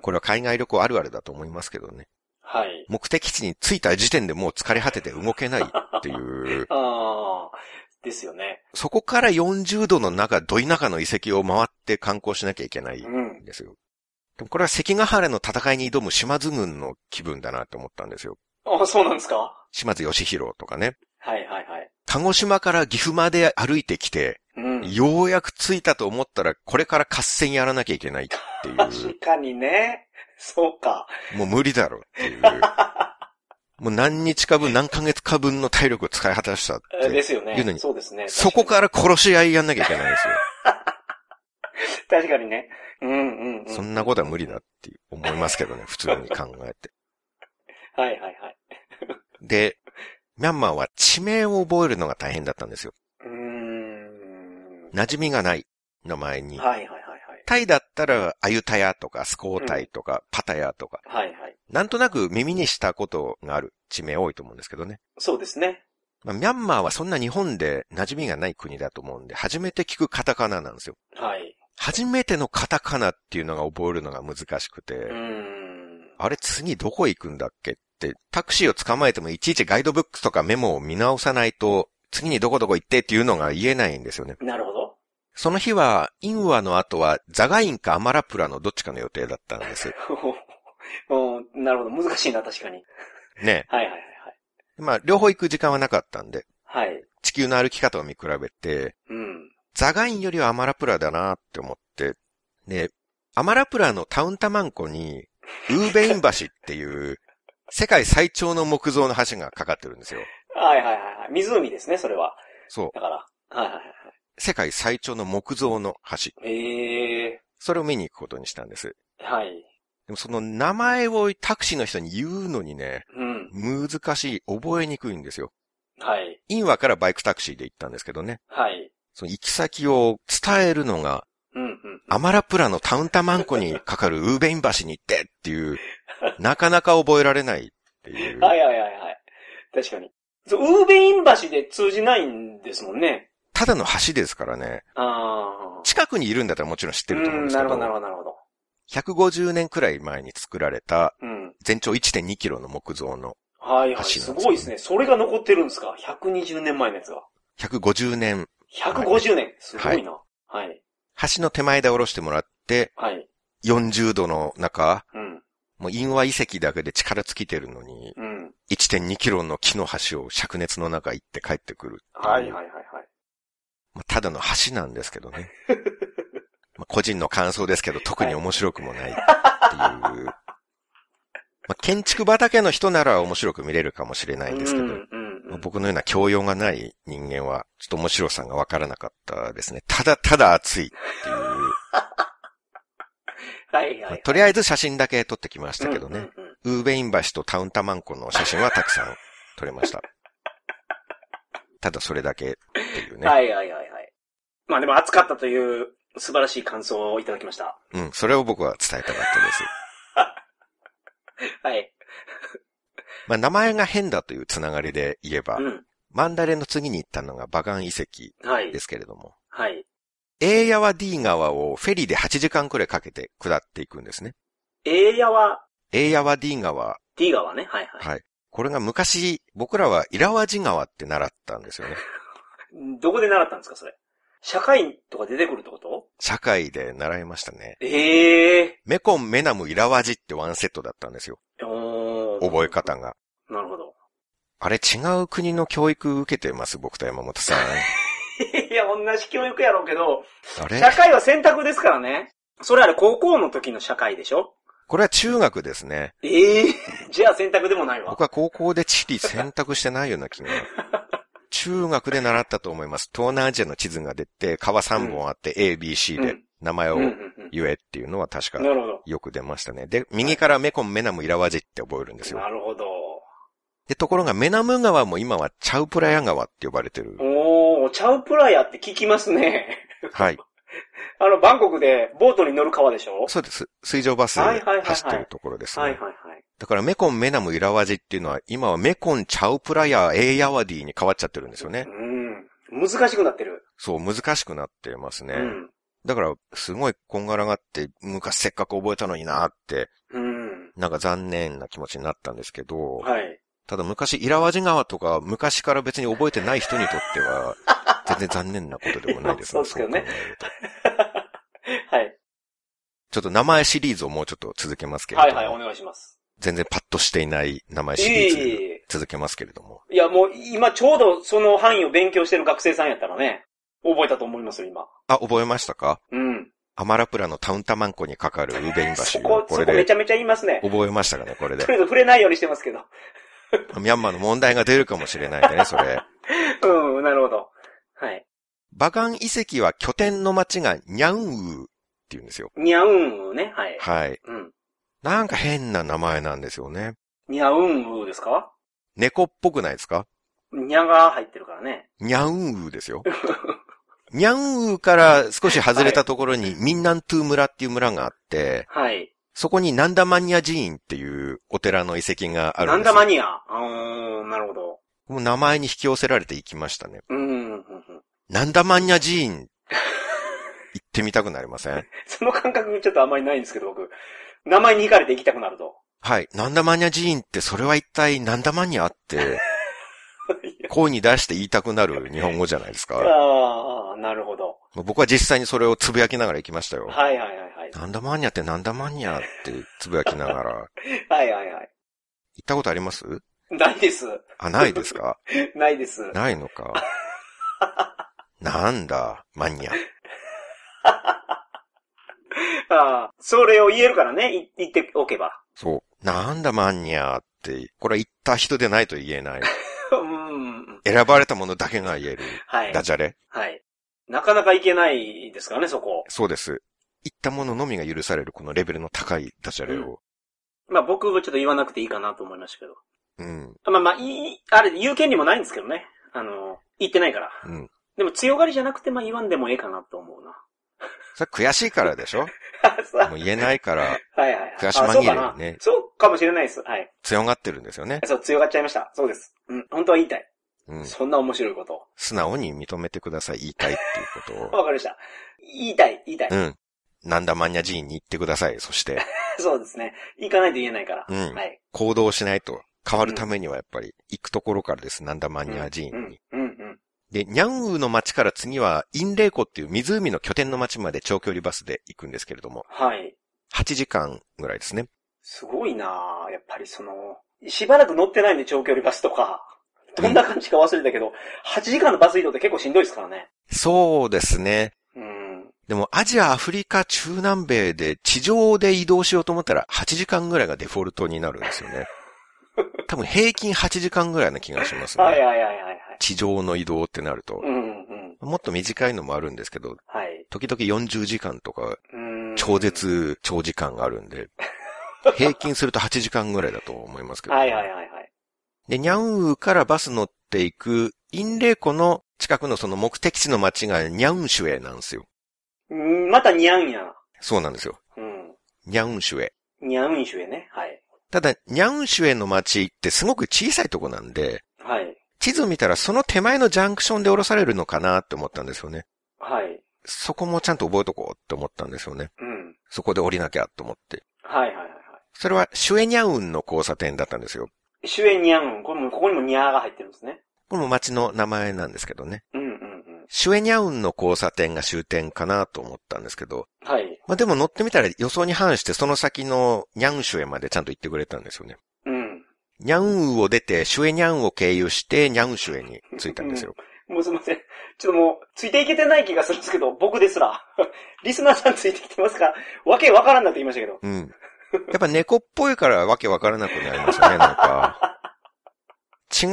Speaker 2: これは海外旅行あるあるだと思いますけどね。
Speaker 1: はい。
Speaker 2: 目的地に着いた時点でもう疲れ果てて動けないっていう、
Speaker 1: ああ、ですよね。
Speaker 2: そこから40度の中、ど田舎の遺跡を回って観光しなきゃいけない
Speaker 1: うんん。
Speaker 2: ですよ。でもこれは関ヶ原の戦いに挑む島津軍の気分だなって思ったんですよ。
Speaker 1: ああ、そうなんですか
Speaker 2: 島津義弘とかね。
Speaker 1: はいはいはい。
Speaker 2: 鹿児島から岐阜まで歩いてきて、
Speaker 1: うん。うん。
Speaker 2: ようやく着いたと思ったら、これから合戦やらなきゃいけないってい
Speaker 1: 確かにね。そうか。
Speaker 2: う、もう無理だろうっ ていう。もう何日か分、何ヶ月か分の体力を使い果たしたっ
Speaker 1: えーで
Speaker 2: て。
Speaker 1: すよ
Speaker 2: いう
Speaker 1: ね
Speaker 2: の。に
Speaker 1: そうですね。
Speaker 2: そこ
Speaker 1: 確
Speaker 2: から殺し合いやんなきゃいけないんですよ。
Speaker 1: かに。確かにね。うんうん、うん。
Speaker 2: そんなことは無理だって思いますけどね、普通に考えて。
Speaker 1: はいはいはい。
Speaker 2: で、ミャンマーは地名を覚えるのが大変だったんですよ。
Speaker 1: うーん。
Speaker 2: 馴染みがない名前に。
Speaker 1: はいはいはい
Speaker 2: タイだったら、アユタヤとか、スコータイとか、パタヤとか、
Speaker 1: はい。はいはい。
Speaker 2: なんとなく耳にしたことがある地名多いと思うんですけどね。
Speaker 1: そうですね。
Speaker 2: まあ、ミャンマーはそんな日本で馴染みがない国だと思うんで、初めて聞くカタカナなんですよ。
Speaker 1: はい。
Speaker 2: 初めてのカタカナっていうのが覚えるのが難しくて、
Speaker 1: うーん。
Speaker 2: あれ次どこ行くんだっけって、タクシーを捕まえてもいちいちガイドブックとかメモを見直さないと、次にどこどこ行ってっていうのが言えないんですよね。
Speaker 1: なるほど。
Speaker 2: その日は、インワの後は、ザガインかアマラプラのどっちかの予定だったんです。
Speaker 1: うんなるほど。難しいな、確かに。
Speaker 2: ね。
Speaker 1: はいはいはい
Speaker 2: まあ、両方行く時間はなかったんで、
Speaker 1: はい。はい。
Speaker 2: 地球の歩き方を見比べて、
Speaker 1: うん。
Speaker 2: ザガインよりはアマラプラだなって思って、で、アマラプラのタウンタマン湖に、ウーベイン橋っていう、世界最長の木造の橋がかかってるんですよ。
Speaker 1: はいはいはいはい。湖ですね、それは。
Speaker 2: そう。
Speaker 1: だから。はいはいはい。
Speaker 2: 世界最長の木造の橋。
Speaker 1: ええ
Speaker 2: それを見に行くことにしたんです。
Speaker 1: はい。
Speaker 2: でもその名前をタクシーの人に言うのにね、
Speaker 1: うん。
Speaker 2: 難しい、覚えにくいんですよ。
Speaker 1: はい。
Speaker 2: インワからバイクタクシーで行ったんですけどね。
Speaker 1: はい。
Speaker 2: その行き先を伝えるのが、
Speaker 1: うんうん。
Speaker 2: アマラプラのタウンタマン湖にかかるウーベイン橋に行ってっていう、なかなか覚えられないっていう。
Speaker 1: はいはいはいはい。確かに。そう、ウーベイン橋で通じないんですもんね。
Speaker 2: ただの橋ですからね。
Speaker 1: ああ。
Speaker 2: 近くにいるんだったらもちろん知ってると思うん
Speaker 1: ん
Speaker 2: です
Speaker 1: な
Speaker 2: け
Speaker 1: るほ
Speaker 2: ど、
Speaker 1: どなるほどなるほど。
Speaker 2: 150年くらい前に作られた
Speaker 1: うん。
Speaker 2: 全長1.2キロの木造の
Speaker 1: はいは
Speaker 2: 橋なん
Speaker 1: い。
Speaker 2: です
Speaker 1: す
Speaker 2: よ
Speaker 1: ごいですね。それが残ってるんですか ?120 年前のやつが。
Speaker 2: 150年
Speaker 1: 150年。すごいな。はい。
Speaker 2: 橋の手前で下ろしてもらって、
Speaker 1: はい。
Speaker 2: 40度の中、
Speaker 1: うん。
Speaker 2: もう因和遺跡だけで力尽きてるのに、
Speaker 1: うん。
Speaker 2: 1.2キロの木の橋を灼熱の中行って帰ってくるっていう
Speaker 1: はいはいはいはい。
Speaker 2: まあただの橋なんですけど ね。まあ個人の感想ですけど、特に面白くもないっていう。まあ建築畑の人なら面白く見れるかもしれないんですけど、
Speaker 1: うんうんうん
Speaker 2: まあ僕のような教養がない人間は、ちょっと面白さがわからなかったですね。ただただ暑いっていう。
Speaker 1: はいはい
Speaker 2: ま
Speaker 1: は
Speaker 2: あ
Speaker 1: い。
Speaker 2: とりあえず写真だけ撮ってきましたけどね。
Speaker 1: うんうんうん。
Speaker 2: ウーベイン橋とタウンタマンコの写真はたくさん撮れ ました。ただそれだけっていうね。
Speaker 1: はいはいはいはい。まあでも暑かったという素晴らしい感想をいただきました。
Speaker 2: うん、それを僕は伝えたかったです。
Speaker 1: はい。
Speaker 2: まあ、名前が変だというつながりで言えば、
Speaker 1: うん。
Speaker 2: マンダレの次に行ったのがバガン遺跡
Speaker 1: はい
Speaker 2: で。すけれども、
Speaker 1: はい。
Speaker 2: エーヤワディ川をフェリーで8時間くらいかけて下っていくんですね。
Speaker 1: エーヤは、
Speaker 2: エーヤワディ川、
Speaker 1: ディ川ね。はいは
Speaker 2: はい。これが昔、僕らはイラワジ川って習ったんですよね。
Speaker 1: い。どこで習ったんですか、それ。社会とか出てくるってこと
Speaker 2: 社会で習いましたね。
Speaker 1: ええ
Speaker 2: メコン、メナム、イラワジってワンセットだったんですよ。
Speaker 1: ー。おー
Speaker 2: 覚え。方が。
Speaker 1: なるほど。
Speaker 2: あれ違う国の教育受けてます、僕と山本さん。
Speaker 1: いや、同じ教育やろうけど、
Speaker 2: あれ
Speaker 1: 社会は選択ですからね。それあれ高校の時の社会でしょ
Speaker 2: これは中学ですね。
Speaker 1: ええー。じゃあ選択でもないわ
Speaker 2: 僕。は高校で地理選択してないような 気が。中学で習ったと思います。東南アジアの地図が出て、川3本あって、A、B、C
Speaker 1: う
Speaker 2: で
Speaker 1: ん
Speaker 2: 名前を
Speaker 1: うんうん
Speaker 2: 言えっていうのは確
Speaker 1: う
Speaker 2: か
Speaker 1: ん。なるほど。
Speaker 2: よく出ましたね。で、右からメコン、メナム、イラワジって覚えるんですよ
Speaker 1: な。るほど。
Speaker 2: で、ところがメナム川も今はチャウプラヤ川って呼ばれてる。
Speaker 1: おー、チャウプラヤって聞きますね。
Speaker 2: はい。
Speaker 1: あの、バンコクでボートに乗る川でしょ
Speaker 2: そうです。水上バス
Speaker 1: はいはいはいはい
Speaker 2: 走ってるところです
Speaker 1: はい
Speaker 2: ね
Speaker 1: はい。はい。
Speaker 2: だからメコン、メナム、イラワジっていうのは今はメコン、チャウプラヤ、エーヤワディに変わっちゃってるんですよね。
Speaker 1: うん。難しくなってる。
Speaker 2: そう、難しくなってますね。
Speaker 1: うん。
Speaker 2: だから、すごいこんがらがって、昔せっかく覚えたのになって、
Speaker 1: うん。
Speaker 2: なんか残念な気持ちになったんですけど、
Speaker 1: はい。
Speaker 2: ただ昔、イラワジ川とか、昔から別に覚えてない人にとっ ては、全然残念なことでもないです
Speaker 1: いやそうですよね
Speaker 2: そう考えると
Speaker 1: はい。
Speaker 2: ちょっと名前シリーズをもうちょっと続けますけれ
Speaker 1: は
Speaker 2: ど
Speaker 1: い
Speaker 2: も、
Speaker 1: はい、お願いします。
Speaker 2: 全然パッとしていない名前
Speaker 1: い
Speaker 2: シ
Speaker 1: えい
Speaker 2: リーズ
Speaker 1: えいえ
Speaker 2: 続けますけれども、
Speaker 1: いや、もう今ちょうどその範囲を勉強してる学生さんやったらね。覚えたと思いますよ、今。
Speaker 2: あ、覚えましたか
Speaker 1: うん。
Speaker 2: アマラプラのタウンタマンコにかかるウーベイン
Speaker 1: そ
Speaker 2: 橋。
Speaker 1: こ、そ
Speaker 2: こ
Speaker 1: こ
Speaker 2: れ
Speaker 1: め
Speaker 2: で
Speaker 1: ちゃめちゃ言いますね。
Speaker 2: 覚えましたかね、これで
Speaker 1: と。りあえず触れないようにしてますけど。
Speaker 2: ミャンマーの問題が出るかもしれないんでね、それ。
Speaker 1: うん、なるほど。はい。
Speaker 2: バガン遺跡は拠点の町がニャンウーって言うんですよ。
Speaker 1: にゃうんうね。はい。
Speaker 2: はい。
Speaker 1: うん。
Speaker 2: なんか変な名前なんですよね。
Speaker 1: にゃうんうですか
Speaker 2: 猫っぽくないですか
Speaker 1: にゃが入ってるからね。
Speaker 2: ニャンウーですよ。ニャンウーから少し外れたところにミンナントゥー村っていう村があって、
Speaker 1: はい。
Speaker 2: そこにナンダマニア寺院っていうお寺の遺跡がある
Speaker 1: なん
Speaker 2: んで
Speaker 1: だ
Speaker 2: すよ
Speaker 1: マニア。うーん、なるほど。
Speaker 2: もう名前に引き寄せられていきましたね。
Speaker 1: うん、 うん、うん。
Speaker 2: ナンダマニア寺院、行ってみたくなりません
Speaker 1: その感覚ちょっとあんまりないんですけど、僕。名前に惹かれて行きたくなると。
Speaker 2: はい。ナンダマニア寺院ってそれは一体ナンダマニアって声に出して言いたくなる日本語じゃないですか。
Speaker 1: ああ、なるほど。
Speaker 2: もう僕は実際にそれをつぶやきながら行きましたよ。
Speaker 1: はいはいはいはい。
Speaker 2: ナンダマニアってナンダマニアってつぶやきながら。行
Speaker 1: はいはいはい。
Speaker 2: ったことあります
Speaker 1: ないです。
Speaker 2: あ、ないですか
Speaker 1: ないです。
Speaker 2: ないのか。なんだ、マニア。
Speaker 1: ああ、それを言えるからね、い言っておけば。
Speaker 2: そう。なんだ、マニアって。これは言った人でないと言えない。
Speaker 1: うん。
Speaker 2: 選ばれたものだけが言える。
Speaker 1: はい
Speaker 2: ダ。ジャレ
Speaker 1: はい。なかなかいけないですからね、そこ。
Speaker 2: そうです。言ったもののみが許される、このレベルの高いダジャレを。
Speaker 1: まあ僕はちょっと言わなくていいかなと思いましたけど。
Speaker 2: うん。
Speaker 1: まあまあ、いい、あれ、言う権利もないんですけどね。あの、言ってないから。
Speaker 2: うん。
Speaker 1: でも強がりじゃなくて、まあ言わんでもええかなと思うな。
Speaker 2: それ悔しいからでしょ
Speaker 1: あそう
Speaker 2: もう言えないから、
Speaker 1: はいはいはい。
Speaker 2: 悔し
Speaker 1: あ
Speaker 2: 紛れにね
Speaker 1: そうかな。そうかもしれないです。はい。
Speaker 2: 強がってるんですよね。
Speaker 1: そう、強がっちゃいました。そうです。うん、本当は言いたい。
Speaker 2: うん。
Speaker 1: そんな面白いことを。
Speaker 2: 素直に認めてください。言いたいっていう ことを。
Speaker 1: わかりました。言いたい、言いたい。
Speaker 2: うん。なんだ、マニア寺院に行ってください。そして、
Speaker 1: そうですね。行かないと言えないから。
Speaker 2: うん
Speaker 1: はい。
Speaker 2: 行動しないと。変わるためにはやっぱり、行くところからです。なんだマニア寺
Speaker 1: う
Speaker 2: 院に
Speaker 1: ん。、うん、うん。
Speaker 2: で、ニャンウーの町から次は、インレイ湖っていう湖の拠点の町まで長距離バスで行くんですけれども、
Speaker 1: はい。
Speaker 2: 8時間ぐらいですね。
Speaker 1: すごいなぁやっぱりその、しばらく乗ってないんで長距離バスとか、どんな感じか忘れたけど、8時間のバス移動って結構しんどいですからね。
Speaker 2: そうですね。
Speaker 1: うん。
Speaker 2: でも、アジア、アフリカ、中南米で地上で移動しようと思ったら、8時間ぐらいがデフォルトになるんです よね。多分平均8時間ぐらいな気がします
Speaker 1: はい
Speaker 2: ね。
Speaker 1: はいはいはいはい。
Speaker 2: 地上の移動ってなると
Speaker 1: う。ん、うん。
Speaker 2: もっと短いのもあるんですけど、
Speaker 1: はい。
Speaker 2: 時々40時間とか、
Speaker 1: うん。
Speaker 2: 超。絶長時間があるんで、平均すると8時間ぐらいだと思いますけど、
Speaker 1: はいはいはいはい。
Speaker 2: で、ニャンウーからバス乗っていく、インレイ湖の近くのその目的地の町がニャンシュエなんですよ。
Speaker 1: うんまたニャンや。
Speaker 2: そうなんですよ。
Speaker 1: うん。
Speaker 2: ニャンシュエ。
Speaker 1: ニャンシュへね。はい。
Speaker 2: ただ、ニャンシュエの町ってすごく小さいとこなんで、
Speaker 1: はい。
Speaker 2: 地図見たらその手前のジャンクションで降ろされるのかなって思ったんですよね。
Speaker 1: はい。
Speaker 2: そこもちゃんと覚えとこうって思ったんですよね。
Speaker 1: うん。
Speaker 2: そこで降りなきゃと思って。
Speaker 1: はいはいはいはい。
Speaker 2: それはシュエニャウンの交差点だったんですよ。
Speaker 1: シュエニャン。これも、ここにもニャーが入ってるんですね。
Speaker 2: これも町の名前なんですけどね。
Speaker 1: うんうんうん。
Speaker 2: シュエニャウンの交差点が終点かなと思ったんですけど、
Speaker 1: はい。
Speaker 2: まあ、でも乗ってみたら予想に反してその先のニャンシュエまでちゃんと行ってくれたんですよね。
Speaker 1: うん。
Speaker 2: ニャンウーを出て、シュエニャンを経由して、ニャンシュエに着いたんですよ。
Speaker 1: もうすいません。ちょっともう、ついていけてない気がするんですけど、僕ですら。 リスナーさんついてきてますから、わけわからんなと言いましたけど。
Speaker 2: うん。やっぱ猫っぽいからわけわからなくなりますよね、なんか。違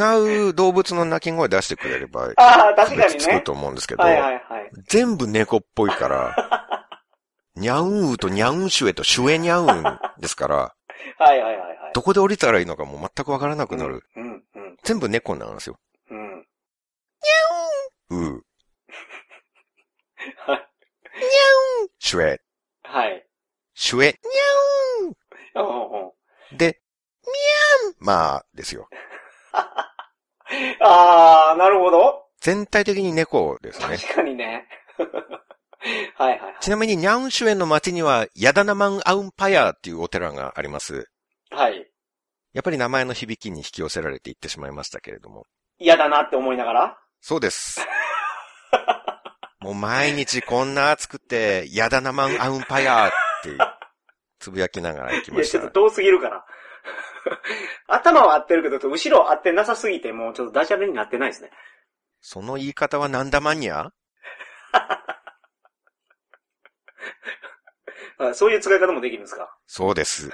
Speaker 2: う動物の鳴き声出してくれれば、
Speaker 1: ああ、確か
Speaker 2: 別
Speaker 1: に
Speaker 2: つく
Speaker 1: ね。
Speaker 2: と思うんですけど、
Speaker 1: はいはいはい。
Speaker 2: 全部猫っぽいから、 ニャンウーとニャンシュエとシュエニャウンですから、
Speaker 1: はいはいはいはい。
Speaker 2: どこで降りたらいいのかもう全くわからなくなる。
Speaker 1: うんうん
Speaker 2: 全部猫なんですよ。
Speaker 1: うん。
Speaker 2: うー、
Speaker 1: はい。
Speaker 2: シュエ、
Speaker 1: はい。
Speaker 2: シュエ、
Speaker 1: おうおう
Speaker 2: で、ミャンまあ、ですよ。
Speaker 1: ああ、なるほど。
Speaker 2: 全体的に猫ですね。
Speaker 1: 確かにね。 はいはいはい
Speaker 2: ちなみに、ニャンシュエンの町には、ヤダナマンアウンパヤーっていうお寺があります。。
Speaker 1: はい。
Speaker 2: やっぱり名前の響きに引き寄せられていってしまいましたけれども。
Speaker 1: 嫌だなって思いながら。
Speaker 2: そうです。もう毎日こんな暑くて、ヤダナマンアウンパヤーって、つぶやきながら行き
Speaker 1: い
Speaker 2: ま
Speaker 1: や、
Speaker 2: し
Speaker 1: ちょっと
Speaker 2: た。
Speaker 1: 遠すぎるから。 頭は合ってるけど、ちょっと後ろ合ってなさすぎて、もうちょっとダジャレになってないですね。
Speaker 2: その言い方はなんだマニア
Speaker 1: あそういう使い方もできるんですか
Speaker 2: そうです。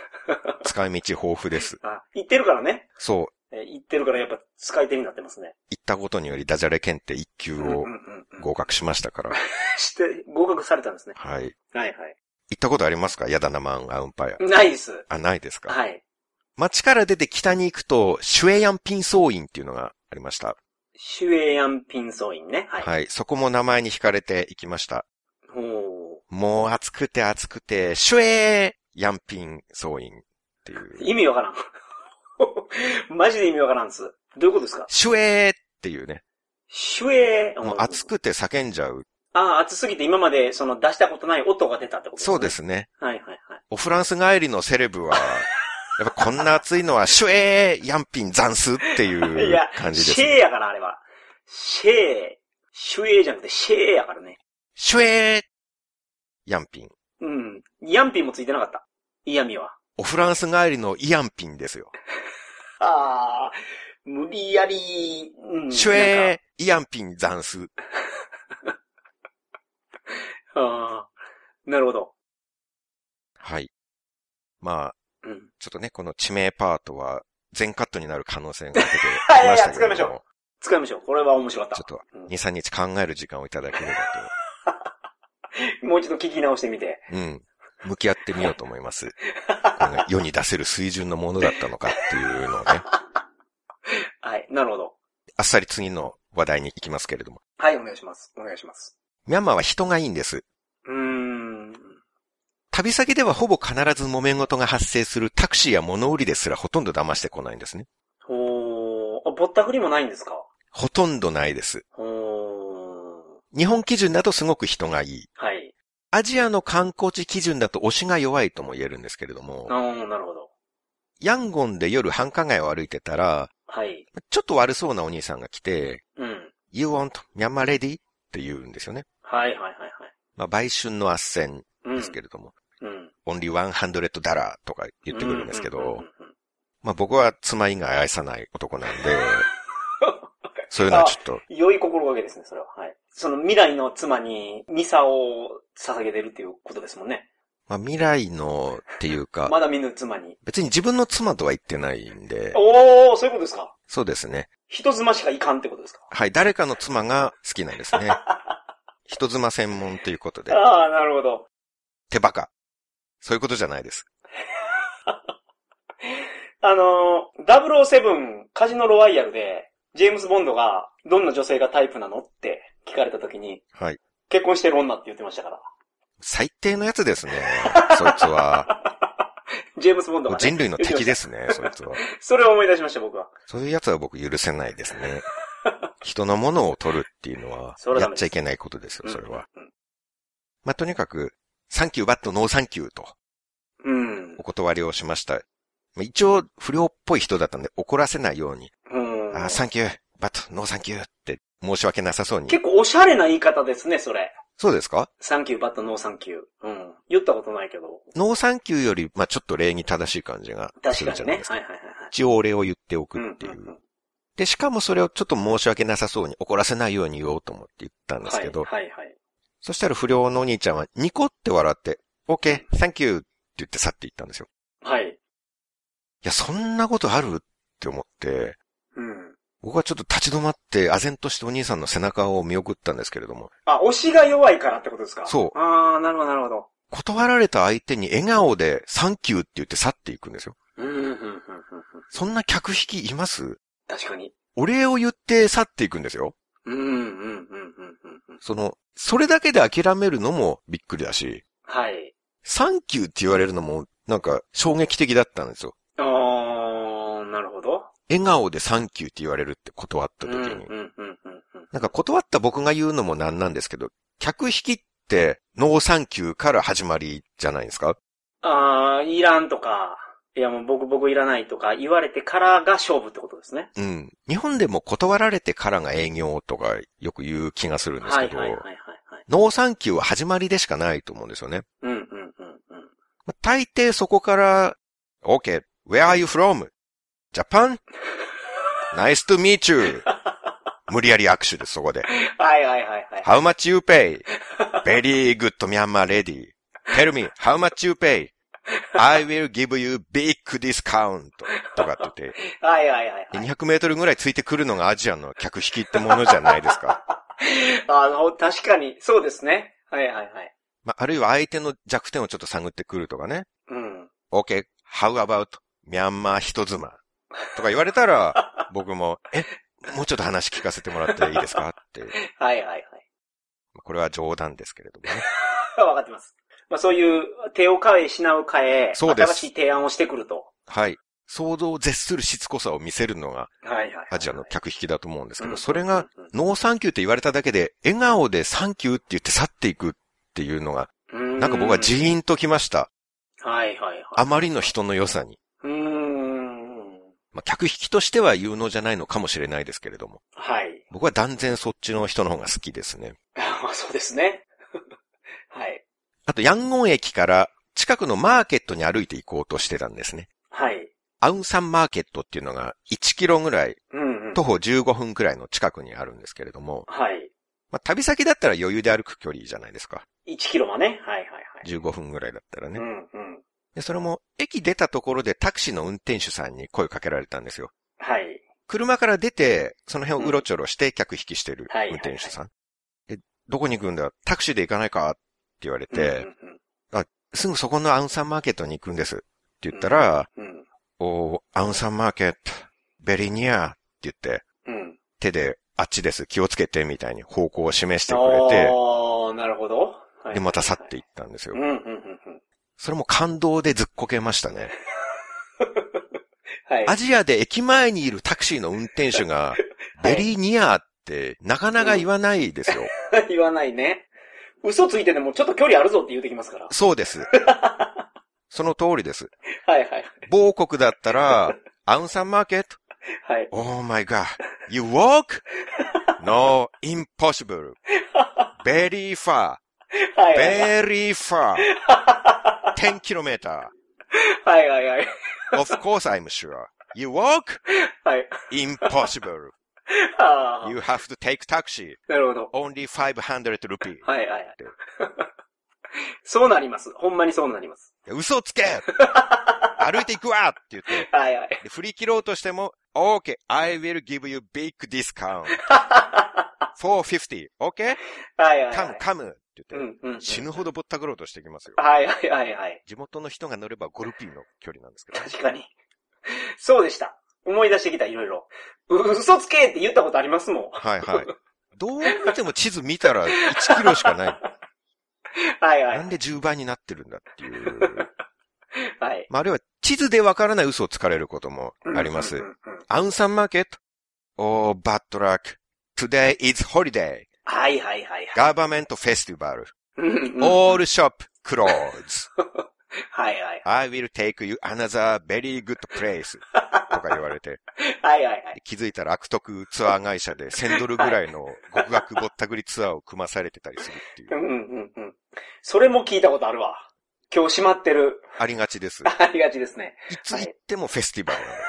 Speaker 2: 使い道豊富です。
Speaker 1: あ、言ってるからね。
Speaker 2: そう、
Speaker 1: え言ってるからやっぱ使い手になってますね。
Speaker 2: 行ったことによりダジャレ検定1級
Speaker 1: うんうん
Speaker 2: を
Speaker 1: うんうん。
Speaker 2: 合格しましたから。
Speaker 1: して、合格されたんですね。
Speaker 2: はい。
Speaker 1: はいはい。
Speaker 2: 行ったことありますかヤダナマンアウンパイア。
Speaker 1: ないです。
Speaker 2: あ、ないですか
Speaker 1: はい。
Speaker 2: 街から出て北に行くと、シュエヤンピンソーインっていうのがありました。
Speaker 1: シュエヤンピンソインね。はい。
Speaker 2: はい。そこも名前に惹かれて行きました。
Speaker 1: ほ。
Speaker 2: もう暑くて暑くて、シュエーヤンピンソーインっていうう。
Speaker 1: 意味わからん。 マジで意味わからんっす。どういうことですか
Speaker 2: シュエーっていうね。
Speaker 1: シュエ
Speaker 2: もう暑くて叫んじゃう。
Speaker 1: ああ、暑すぎて今までその出したことない音が出たってこと。
Speaker 2: そうですすね。
Speaker 1: はいはいはい。
Speaker 2: おフランス帰りのセレブは、 やっぱこんな暑いのは、シュエーヤンピンザンスっていう感じです
Speaker 1: シェー
Speaker 2: ね。
Speaker 1: やから、あれは。シェー。シュエーじゃなくてシェーやからね。
Speaker 2: シュエーヤンピン。
Speaker 1: うん。ヤンピンもついてなかった。嫌味は。
Speaker 2: おフランス帰りのイヤンピンですよ。
Speaker 1: ああ、無理やり、うん。
Speaker 2: シュ
Speaker 1: なんか
Speaker 2: エーイヤンピンザンス。
Speaker 1: ああ、なるほど。
Speaker 2: はい。まあ、
Speaker 1: うん。
Speaker 2: ちょっとね、この地名パートは全カットになる可能性が出てき
Speaker 1: いや
Speaker 2: ま
Speaker 1: い
Speaker 2: し
Speaker 1: や
Speaker 2: たけれ
Speaker 1: 使い
Speaker 2: ども。
Speaker 1: ましょ使いましょう。これは面白かっ。
Speaker 2: ちょったと
Speaker 1: うん
Speaker 2: 2、3日考える時間をいただければ
Speaker 1: もう一度聞き直してみて。
Speaker 2: と、うん。向き合ってみようと思います。この世に出せる水準のものだったのかっていうのをね、
Speaker 1: はい、なるほど。
Speaker 2: あっさり次の話題に行きますけれども。
Speaker 1: はい、お願いします。お願いします。
Speaker 2: ミャンマーは人がいいんです。
Speaker 1: うーん。
Speaker 2: 旅先ではほぼ必ず揉め事が発生するタクシーや物売りですらほとんど騙してこないんですね。
Speaker 1: ほー。あ、ぼったくりもないんですか
Speaker 2: ほとんどないです。
Speaker 1: ほー。
Speaker 2: 日本基準だとすごく人がいい。
Speaker 1: はい。
Speaker 2: アジアの観光地基準だと推しが弱いとも言えるんですけれども
Speaker 1: あ、ー、なるほど。
Speaker 2: ヤンゴンで夜繁華街を歩いてたら、
Speaker 1: はい。
Speaker 2: ちょっと悪そうなお兄さんが来て、
Speaker 1: うん。
Speaker 2: You want Myanmar lady? って言うんですよね。
Speaker 1: はいはいはいはい。
Speaker 2: まあ、売春の斡旋
Speaker 1: うん。
Speaker 2: ですけれども、
Speaker 1: うん。
Speaker 2: only 100ダラーとか言ってくるんですけ
Speaker 1: うんうんうん
Speaker 2: ど
Speaker 1: うん、うん
Speaker 2: まあ僕は妻以外愛さない男なん で、そういうのはちょっと、
Speaker 1: 良い心がけですね、それは。はい。その未来の妻にミサを捧げてるっていうことですもんね。
Speaker 2: まあ未来のっていう
Speaker 1: ま
Speaker 2: か、
Speaker 1: だ見ぬ妻に。
Speaker 2: 別に自分の妻とは言ってないんで、
Speaker 1: おー、そういうことですか
Speaker 2: そうですね。
Speaker 1: 人妻しかいかんってことですか
Speaker 2: はい、誰かの妻が好きなんです ね。人妻専門ということで、
Speaker 1: ああ、なるほど。
Speaker 2: 手バカ。そういうことじゃないです。
Speaker 1: あのー、007カジノロワイヤルで、ジェームズ・ボンドが、どんな女性がタイプなのって聞かれた時に、
Speaker 2: はい。
Speaker 1: 結婚してる女って言ってましたから。
Speaker 2: 最低のや つですね。そいつは。
Speaker 1: ジェームズ・ボンド
Speaker 2: も
Speaker 1: が、
Speaker 2: う
Speaker 1: ね。
Speaker 2: 人類の敵ですね、そいつは。
Speaker 1: それを思い出しました、僕は。
Speaker 2: そういうやつは僕許せないです ね。人のものを取るっていうのは
Speaker 1: それ、はダ
Speaker 2: やっ
Speaker 1: メです
Speaker 2: ちゃいけないことですよ、それは。
Speaker 1: うん。
Speaker 2: まあ、とにかく、サンキューバットノーサンキューと
Speaker 1: うん
Speaker 2: お。断りをしました。まあ一応、不良っぽい人だったんで怒らせないように、
Speaker 1: うん
Speaker 2: あーサンキュー、バットノーサンキューって申し訳なさそうに。
Speaker 1: 結構おしゃれな言い方ですね、それ。
Speaker 2: そうですか
Speaker 1: サンキュー、バット、ノーサンキュー。うん。言ったことないけど。
Speaker 2: ノーサンキューより、まあ、ちょっと礼儀正しい感じがす
Speaker 1: 確
Speaker 2: る
Speaker 1: か
Speaker 2: じゃ
Speaker 1: に
Speaker 2: な
Speaker 1: ね
Speaker 2: いで。すか。
Speaker 1: はいはいはいはい。
Speaker 2: 一応お礼を言っておく
Speaker 1: うん
Speaker 2: っていう
Speaker 1: うんうん
Speaker 2: で、しかもそれをちょっと申し訳なさそうに怒らせないように言おうと思って言ったんです
Speaker 1: は
Speaker 2: け
Speaker 1: い
Speaker 2: ど、
Speaker 1: はいはい。
Speaker 2: そしたら不良のお兄ちゃんはニコって笑って、OK, thank you って言って去っていったんですよ。
Speaker 1: はい。
Speaker 2: いや、そんなことあるって思って、
Speaker 1: うん。
Speaker 2: 僕はちょっと立ち止まって、唖然としてお兄さんの背中を見送ったんですけれども、
Speaker 1: あ、推しが弱いからってことですか
Speaker 2: そう
Speaker 1: ああ、なるほどなるほど。
Speaker 2: 断られた相手に笑顔でサンキューって言って去っていくんですよ。
Speaker 1: うん、うん、うん、うん。うん
Speaker 2: そんな客引きいます
Speaker 1: 確かに。
Speaker 2: お礼を言って去っていくんですよ。
Speaker 1: うん、うん、うん、うん、うん。うん
Speaker 2: その、それだけで諦めるのもびっくりだし、
Speaker 1: はい。
Speaker 2: サンキューって言われるのもなんか衝撃的だったんですよ。
Speaker 1: ああ、なるほど。
Speaker 2: 笑顔でサンキューって言われるって断った
Speaker 1: うん、
Speaker 2: 時
Speaker 1: うん、う
Speaker 2: に、
Speaker 1: ん、うん。うん
Speaker 2: なんか断った僕が言うのもなんなんですけど、客引きってノーサンキューから始まりじゃないですか
Speaker 1: ああ、いらんとか、いやもう僕、僕いらないとか言われてからが勝負ってことですね。
Speaker 2: うん。日本でも断られてからが営業とかよく言う気がするんです
Speaker 1: は
Speaker 2: け
Speaker 1: い、
Speaker 2: ど、
Speaker 1: はい、はい、はい。はい
Speaker 2: ノーサンキューは始まりでしかないと思うんですよね。
Speaker 1: うん、うん、うん、うん。
Speaker 2: まあ大抵そこから、OK, where are you from?Japan?Nice to meet you! 無理やり握手です、そこで。
Speaker 1: はいはいはいはい。
Speaker 2: How much you pay? Very good Myanmar lady. Tell me, how much you pay? I will give you big discount. とかって言って、
Speaker 1: はいはいはいはい。
Speaker 2: 200メートルぐらいついてくるのがアジアの客引きってものじゃないですか。
Speaker 1: あの、確かに、そうですね。はいはいはい。
Speaker 2: まあ、あるいは相手の弱点をちょっと探ってくるとかね。
Speaker 1: うん。
Speaker 2: OK, how about ミャンマー人妻とか言われたら、僕も、え、もうちょっと話聞かせてもらっていいですかって。
Speaker 1: はいはいはい。
Speaker 2: これは冗談ですけれどもね。
Speaker 1: わかってます。まあそういう手を変え、品を変え、
Speaker 2: そうです
Speaker 1: 新しい提案をしてくると。
Speaker 2: はい。想像を絶するしつこさを見せるのが
Speaker 1: はいはい、はい。
Speaker 2: アジアの客引きだと思うんですけ
Speaker 1: う
Speaker 2: ど、
Speaker 1: ん
Speaker 2: それが、、ノーサンキューって言われただけで、笑顔でサンキューって言って去っていくっていうのが、
Speaker 1: な
Speaker 2: なんか僕はジーンときました。
Speaker 1: はいはいはい。
Speaker 2: あまりの人の良さに。
Speaker 1: うーん。
Speaker 2: まあ、客引きとしては有能じゃないのかもしれないですけれども。
Speaker 1: はい。
Speaker 2: 僕は断然そっちの人の方が好きですね。
Speaker 1: まあそうですね。 はい。
Speaker 2: あと、ヤンゴン駅から近くのマーケットに歩いて行こうとしてたんですね。
Speaker 1: はい。
Speaker 2: アウンサンマーケットっていうのが1キロぐらい、
Speaker 1: うん、うん。
Speaker 2: 徒歩15分くらいの近くにあるんですけれども、
Speaker 1: はい。
Speaker 2: まあ、旅先だったら余裕で歩く距離じゃないですか。
Speaker 1: 1キロはね。はいはいはい。
Speaker 2: 15分ぐらいだったら
Speaker 1: う
Speaker 2: ね。
Speaker 1: んうん。
Speaker 2: で、それも駅出たところでタクシーの運転手さんに声かけられたんですよ。
Speaker 1: はい。
Speaker 2: 車から出て、その辺をうろちょろして客引きしてる
Speaker 1: はい
Speaker 2: 運転手さん。え、どこに行くんだタクシーで行かないかって言われて、
Speaker 1: うんうん
Speaker 2: すぐそこのアウンサンマーケットに行くんです。って言ったら、
Speaker 1: うん。
Speaker 2: おーアウンサンマーケット、ベリニアって言って、
Speaker 1: うん。うん。
Speaker 2: 手であっちです、気をつけてみたいに方向を示してくれて、
Speaker 1: ああ、なるほど。はい
Speaker 2: で、また去っていったんですよ
Speaker 1: うん。うんうんうん。
Speaker 2: それも感動でずっこけましたね。
Speaker 1: はい。
Speaker 2: アジアで駅前にいるタクシーの運転手 が、
Speaker 1: はい
Speaker 2: ベリニアってなかなか言わないですよ。
Speaker 1: 言わないね。嘘ついててもちょっと距離あるぞって言うてきますから。
Speaker 2: そう です。その通りです。
Speaker 1: はいはい。
Speaker 2: 某国だったら、アウンサンマーケット
Speaker 1: はい。
Speaker 2: Oh my god. You walk? No, impossible. Very far.
Speaker 1: はいはいはい。
Speaker 2: Very far. 10 kilometer.
Speaker 1: はいはいはい。
Speaker 2: Of course I'm sure. You walk?
Speaker 1: はい。
Speaker 2: Impossible.
Speaker 1: ああ
Speaker 2: You have to take taxi.
Speaker 1: なるほど。
Speaker 2: Only 500 rupee.
Speaker 1: はいはいはい。そうなります。ほんまにそうなります。
Speaker 2: 嘘をつけ 歩いていくわって言って。
Speaker 1: はいはい。
Speaker 2: で振り切ろうとしても、OK, I will give you big discount. 450, OK?
Speaker 1: はいはい、は
Speaker 2: Come,
Speaker 1: い。
Speaker 2: come. って
Speaker 1: う
Speaker 2: 言って、
Speaker 1: んうん。
Speaker 2: 死ぬほどぼったくろうとしてきま すよ。
Speaker 1: はいはいはいはい。
Speaker 2: 地元の人が乗れば5ルピーの距離なんですけどね。
Speaker 1: 確かに。そうでした。思い出してきた、いろいろ。う嘘つけって言ったことありますもん。
Speaker 2: はいはい。どう見ても地図見たら1キロし かない。
Speaker 1: はいは
Speaker 2: なん
Speaker 1: い。
Speaker 2: で10倍になってるんだっていう。
Speaker 1: はい。
Speaker 2: まあ、あるいは地図でわからない嘘をつかれることもあり
Speaker 1: うん
Speaker 2: ま
Speaker 1: う
Speaker 2: す
Speaker 1: ん。うんうん
Speaker 2: アウンサンマーケット ?Oh, bad luck. Today is holiday.
Speaker 1: はいはいはいはい。
Speaker 2: Government festival.
Speaker 1: うんうんはい
Speaker 2: All shop close.
Speaker 1: はいはい。
Speaker 2: I will take you another very good place. とか言われて。
Speaker 1: はいはいはい。
Speaker 2: 気づいたら悪徳ツアー会社で1000ドルぐらいの極額ぼったくりツアーを組まされてたりするってい
Speaker 1: う。
Speaker 2: う
Speaker 1: んうんうん。それも聞いたことあるわ。今日閉まってる。
Speaker 2: ありがちです。
Speaker 1: ありがちですね。
Speaker 2: いつ行ってもフェスティバルなのよ。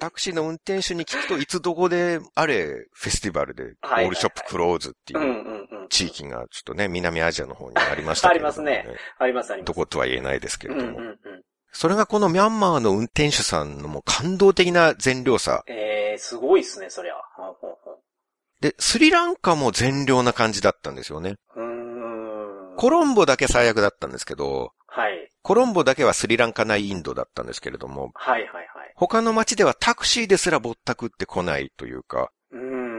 Speaker 2: タクシーの運転手に聞くといつどこであれフェスティバルでオ
Speaker 1: はい
Speaker 2: ールショップクローズって
Speaker 1: うん
Speaker 2: いう
Speaker 1: うんうん。
Speaker 2: 地域がちょっとね、南アジアの方にありましたけれども、
Speaker 1: ありますありますあります。
Speaker 2: どことは言えないですけ
Speaker 1: う
Speaker 2: れ
Speaker 1: んう
Speaker 2: ど
Speaker 1: んう
Speaker 2: も。
Speaker 1: ん。
Speaker 2: それがこのミャンマーの運転手さんのもう感動的な善良さ。
Speaker 1: ええー、すごいっすね、そりゃ。ほんほん
Speaker 2: で、スリランカも善良な感じだったんですよね。
Speaker 1: ほんうーん。
Speaker 2: コロンボだけ最悪だったんですけど、
Speaker 1: はい。
Speaker 2: コロンボだけはスリランカないインドだったんですけれども、
Speaker 1: はいはいはい。
Speaker 2: 他の街ではタクシーですらぼったくってこないというか、
Speaker 1: うーん。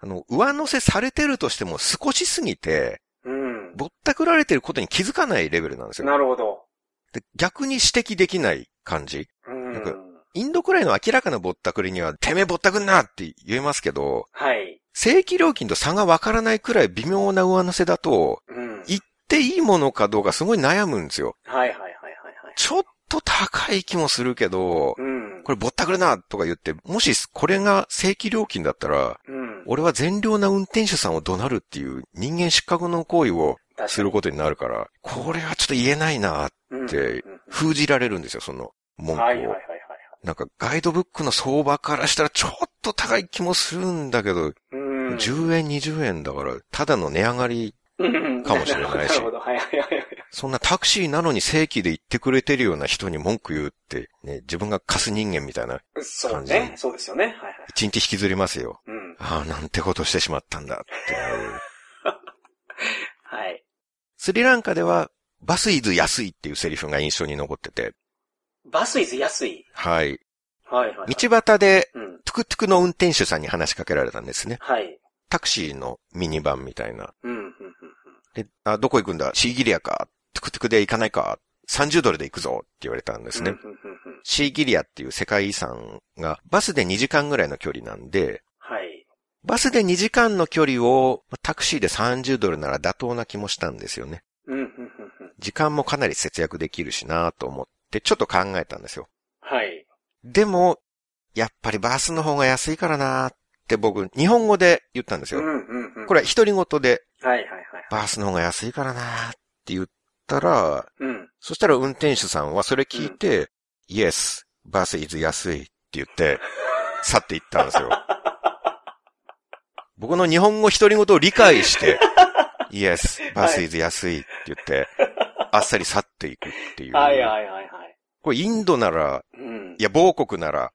Speaker 2: あの、上乗せされてるとしても少しすぎて、
Speaker 1: うん。
Speaker 2: ぼったくられてることに気づかないレベルなんですよ。
Speaker 1: なるほど。
Speaker 2: で逆に指摘できない感じ。
Speaker 1: う
Speaker 2: な
Speaker 1: ー
Speaker 2: んか
Speaker 1: ん。
Speaker 2: インドくらいの明らかなぼったくりには、てめえぼったくんなって言えますけど、
Speaker 1: はい。
Speaker 2: 正規料金と差がわからないくらい微妙な上乗せだと、
Speaker 1: うん。
Speaker 2: 行っていいものかどうかすごい悩むんですよ。
Speaker 1: はいはいはいはいはい。
Speaker 2: ちょっと高い気もするけど、
Speaker 1: うん。
Speaker 2: これぼったくるなとか言って、もしこれが正規料金だったら、
Speaker 1: うん。
Speaker 2: 俺は善良な運転手さんを怒鳴るっていう人間失格の行為を
Speaker 1: 確
Speaker 2: することになるから、これはちょっと言えないな、
Speaker 1: と
Speaker 2: て
Speaker 1: うんうんうん
Speaker 2: 封じられるんですよ、その文句を。
Speaker 1: はいはいはいはいはい。
Speaker 2: なんかガイドブックの相場からしたらちょっと高い気もするんだけど、
Speaker 1: うん。
Speaker 2: 10円、20円だから、ただの値上がり、
Speaker 1: うん
Speaker 2: かもしれないし
Speaker 1: なるほど、はいはいはいはい。
Speaker 2: そんなタクシーなのに正規で行ってくれてるような人に文句言うって、ね、自分が貸す人間みたいな、
Speaker 1: そうね。そうですよね。はいはい。
Speaker 2: 一日引きずりますよ。
Speaker 1: うん。
Speaker 2: ああ、なんてことしてしまったんだっていう。
Speaker 1: はい。
Speaker 2: スリランカでは、バスイズ安いっていうセリフが印象に残ってて、
Speaker 1: バスイズ安い。
Speaker 2: はい。
Speaker 1: はいはい、はい。
Speaker 2: 道端で、
Speaker 1: うん。
Speaker 2: トゥクトゥクの運転手さんに話しかけられたんですね。
Speaker 1: はい。
Speaker 2: タクシーのミニバンみたいな。
Speaker 1: うん、うん、うん。うん
Speaker 2: で、あ、どこ行くんだシーギリアかトゥクトゥクで行かないか ?30 ドルで行くぞって言われたんですね。
Speaker 1: うんうんうんうん
Speaker 2: シーギリアっていう世界遺産が、バスで2時間ぐらいの距離なんで、
Speaker 1: はい。
Speaker 2: バスで2時間の距離をまあタクシーで30ドルなら妥当な気もしたんですよね。
Speaker 1: うん、うん、うん。うん
Speaker 2: 時間もかなり節約できるしなと思って、ちょっと考えたんですよ。
Speaker 1: はい。
Speaker 2: でも、やっぱりバスの方が安いからなって僕、日本語で言ったんです
Speaker 1: うん、
Speaker 2: よ。
Speaker 1: うん、うん。
Speaker 2: これ、独り言で、
Speaker 1: はい、はい、はい。
Speaker 2: バスの方が安いからなって言ったら、
Speaker 1: うん。
Speaker 2: そしたら運転手さんはそれ聞いて、Yes, バス is 安いって言って、去っていったんです よ。僕の日本語独り言を理 解して、Yes, バス is 安いって言って、あっさり去っていくっていう。
Speaker 1: はい、はい、はい、はい。
Speaker 2: これインドなら、
Speaker 1: うん
Speaker 2: い。や、某国なら、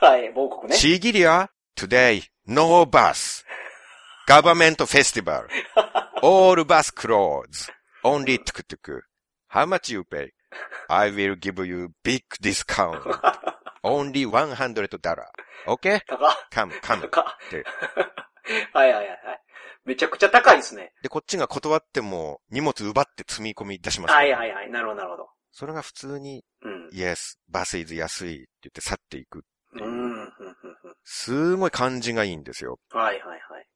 Speaker 1: はい、某国ね。
Speaker 2: シーギリア、today, no bus. Government festival. All bus closed. Only tuk tuk. How much you pay? I will give you big discount. Only 100 dollar. Okay?
Speaker 1: 高っ
Speaker 2: Come, come.
Speaker 1: 高っ
Speaker 2: で
Speaker 1: はい、はい、はい、はい。めちゃくちゃ高いですね。
Speaker 2: で、こっちが断っても荷物奪って積み込み出しますから。
Speaker 1: はい、はい、はい。なるほど、なるほど。
Speaker 2: それが普通に、
Speaker 1: うん。
Speaker 2: yes, bus is 安いって言って去っていく。
Speaker 1: うん、うん、うん。うん
Speaker 2: すごい感じがいいんですよ。
Speaker 1: はい、はい、はい。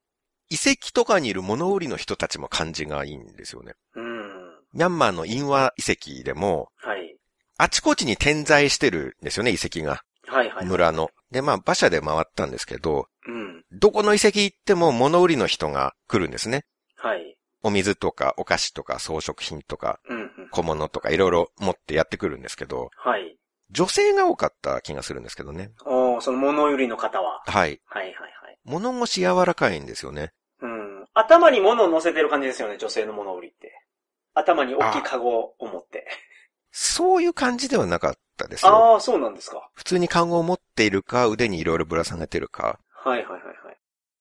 Speaker 2: 遺跡とかにいる物売りの人たちも感じがいいんですよね。
Speaker 1: うん。
Speaker 2: ミャンマーのインワ遺跡でも、
Speaker 1: はい。
Speaker 2: あちこちに点在してるんですよね、遺跡が。
Speaker 1: はい、はい。
Speaker 2: 村の。で、まあ、馬車で回ったんですけど、
Speaker 1: うん。
Speaker 2: どこの遺跡行っても物売りの人が来るんですね。
Speaker 1: はい。
Speaker 2: お水とかお菓子とか装飾品とか
Speaker 1: うん、うん。
Speaker 2: 小物とかいろいろ持ってやってくるんですけど、
Speaker 1: はい。
Speaker 2: 女性が多かった気がするんですけどね。
Speaker 1: おーその物売りの方は。
Speaker 2: はい。
Speaker 1: はい、はい、はい。
Speaker 2: 物腰柔らかいんですよね。
Speaker 1: うん。頭に物を乗せてる感じですよね、女性の物売りって。頭に大きいカゴを持って。
Speaker 2: そういう感じではなかったですよ。
Speaker 1: ああー、そうなんですか。
Speaker 2: 普通に看護を持っているか、腕にいろいろぶら下げてるか。
Speaker 1: はいはいはいはい。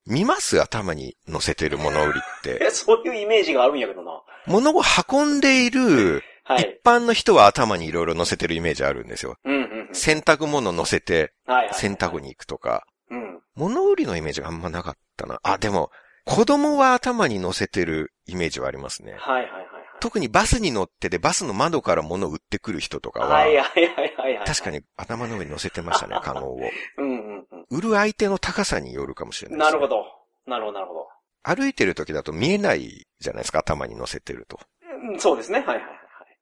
Speaker 2: 見ます頭に乗せてる物売りっ て。
Speaker 1: え、そういうイメージがあるんやけどな。
Speaker 2: 物を運んでいる
Speaker 1: は
Speaker 2: 一
Speaker 1: い。
Speaker 2: 般の人は頭にいろいろ乗せてるイメージあるんですよ。
Speaker 1: うんうんうん。
Speaker 2: 洗濯物乗せて
Speaker 1: はいはい。
Speaker 2: 洗濯に行くとか。
Speaker 1: うん。
Speaker 2: 物売りのイメージがあんまなかったな。あ、でも、子供は頭に乗せてるイメージはありますね。
Speaker 1: はいはいはいはい。
Speaker 2: 特にバスに乗っててバスの窓から物を売ってくる人とかは
Speaker 1: は、いはいはいはいはい。
Speaker 2: 確か
Speaker 1: に。
Speaker 2: に頭の上に乗せてました ね、カゴを。
Speaker 1: うんうんう
Speaker 2: 売る相手の高さによるかもしれない
Speaker 1: ん。
Speaker 2: で
Speaker 1: な
Speaker 2: す、ね。
Speaker 1: るほ。ど。なるほどなるほど。
Speaker 2: 歩いてる時だと見えないじゃないですか、頭に乗せてると。
Speaker 1: うんそうですね。はいはいはいはい。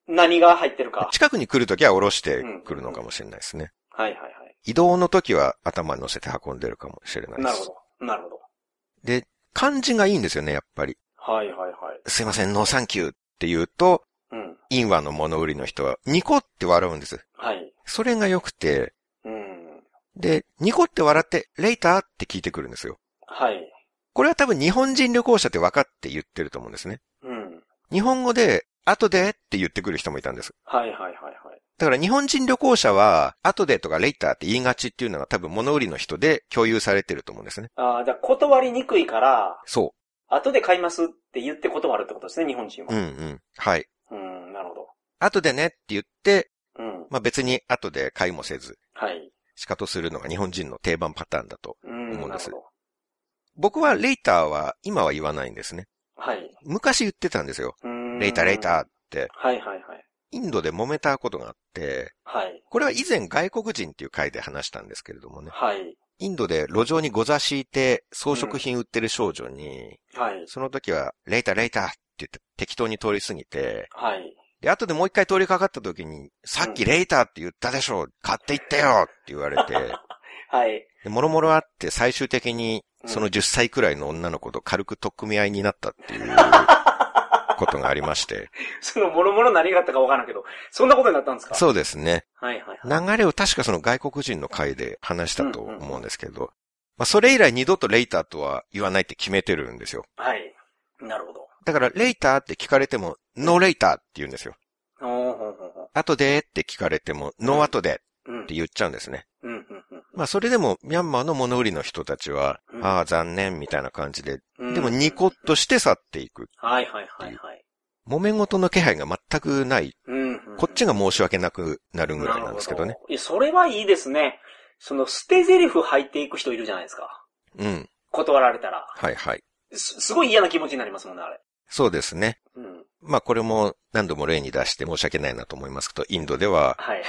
Speaker 1: 何が入ってるか。
Speaker 2: 近くに来るときは下ろしてくるのかもしれないですね。
Speaker 1: はいはいは
Speaker 2: 移動の時は頭に乗せて運んでるかもしれない
Speaker 1: い。
Speaker 2: で
Speaker 1: なる
Speaker 2: す。
Speaker 1: ほど。なるほど。
Speaker 2: で、漢字がいいんですよね、やっぱり。
Speaker 1: はいはいはい。
Speaker 2: すいません、ノーサンキューって言うと、
Speaker 1: うん。
Speaker 2: インワの物売りの人は、ニコって笑うんです。
Speaker 1: はい。
Speaker 2: それが良くて、
Speaker 1: うん。
Speaker 2: で、ニコって笑って、レイターって聞いてくるんですよ。
Speaker 1: はい。
Speaker 2: これは多分日本人旅行者って分かって言ってると思うんですね。
Speaker 1: うん。
Speaker 2: 日本語で、後でって言ってくる人もいたんです。
Speaker 1: はいはいはいはい。
Speaker 2: だから日本人旅行者は、後でとかレイターって言いがちっていうのが多分物売りの人で共有されてると思うんですね。
Speaker 1: ああ、だから断りにくいから、
Speaker 2: そう。
Speaker 1: 後で買いますって言って断るってことですね、日本人
Speaker 2: うんう
Speaker 1: は。
Speaker 2: ん。はい。
Speaker 1: うん、なるほど。
Speaker 2: 後でねって言って、
Speaker 1: うん。
Speaker 2: まあ別に後で買いもせず、
Speaker 1: はい。
Speaker 2: 仕方するのが日本人の定番パターンだと。
Speaker 1: うん、
Speaker 2: 思
Speaker 1: な
Speaker 2: うんで
Speaker 1: る
Speaker 2: す
Speaker 1: ほど。
Speaker 2: 僕はレイターは今は言わないんですね。
Speaker 1: はい。
Speaker 2: 昔言ってたんですよ。
Speaker 1: うん
Speaker 2: レイターレイターって、
Speaker 1: はいはいはい。
Speaker 2: インドで揉めたことがあって、
Speaker 1: はい。
Speaker 2: これは以前外国人っていう回で話したんですけれどもね。
Speaker 1: はい。
Speaker 2: インドで路上にご座敷いて装飾品売ってる少女に、
Speaker 1: はい。
Speaker 2: その時はレイターレイターって言って適当に通り過ぎて、
Speaker 1: はい。
Speaker 2: で、後でもう一回通りかかった時に、さっきレイターって言ったでしょ買っていってよって言われて、
Speaker 1: はい。
Speaker 2: で、もろもろあって最終的に
Speaker 1: うん
Speaker 2: その10歳くらいの女の子と軽く取っ組み合いになったっていうことがあり まして。
Speaker 1: その、もろもろ何があったかわからんけど、そんなことになったんですか
Speaker 2: そうですね。
Speaker 1: はいはいはい。
Speaker 2: 流れを確かその外国人の会で話したと思うんですけど、まあそれ以来二度とレイターとは言わないって決めてるんですよ。
Speaker 1: はい。なるほど。
Speaker 2: だからレイターって聞かれても、ノーレイターって言うんですよ。
Speaker 1: おーほんほんほん。
Speaker 2: 後でって聞かれても、ノー後で
Speaker 1: うん
Speaker 2: って。言っちゃうんですね。
Speaker 1: うんうんうん
Speaker 2: まあそれでもミャンマーの物売りの人たちは、
Speaker 1: うん
Speaker 2: ああ残念みたいな感じで、
Speaker 1: うん。
Speaker 2: でもニコッとして去っていく。
Speaker 1: はいはいはいはい。
Speaker 2: 揉め事の気配が全くない。
Speaker 1: うん。
Speaker 2: こっちが申し訳なくなるぐらいなんですけどね
Speaker 1: る。ほ。いや、それはいいですね。その、捨て台詞入っていく人いるじゃないですか。
Speaker 2: うん。
Speaker 1: 断られたら。
Speaker 2: はいはい。
Speaker 1: す、すごい嫌な気持ちになりますもんね、あれ。
Speaker 2: そうですね。
Speaker 1: うん。
Speaker 2: まあこれも何度も例に出して申し訳ないなと思いますけど、インドでは、
Speaker 1: はい。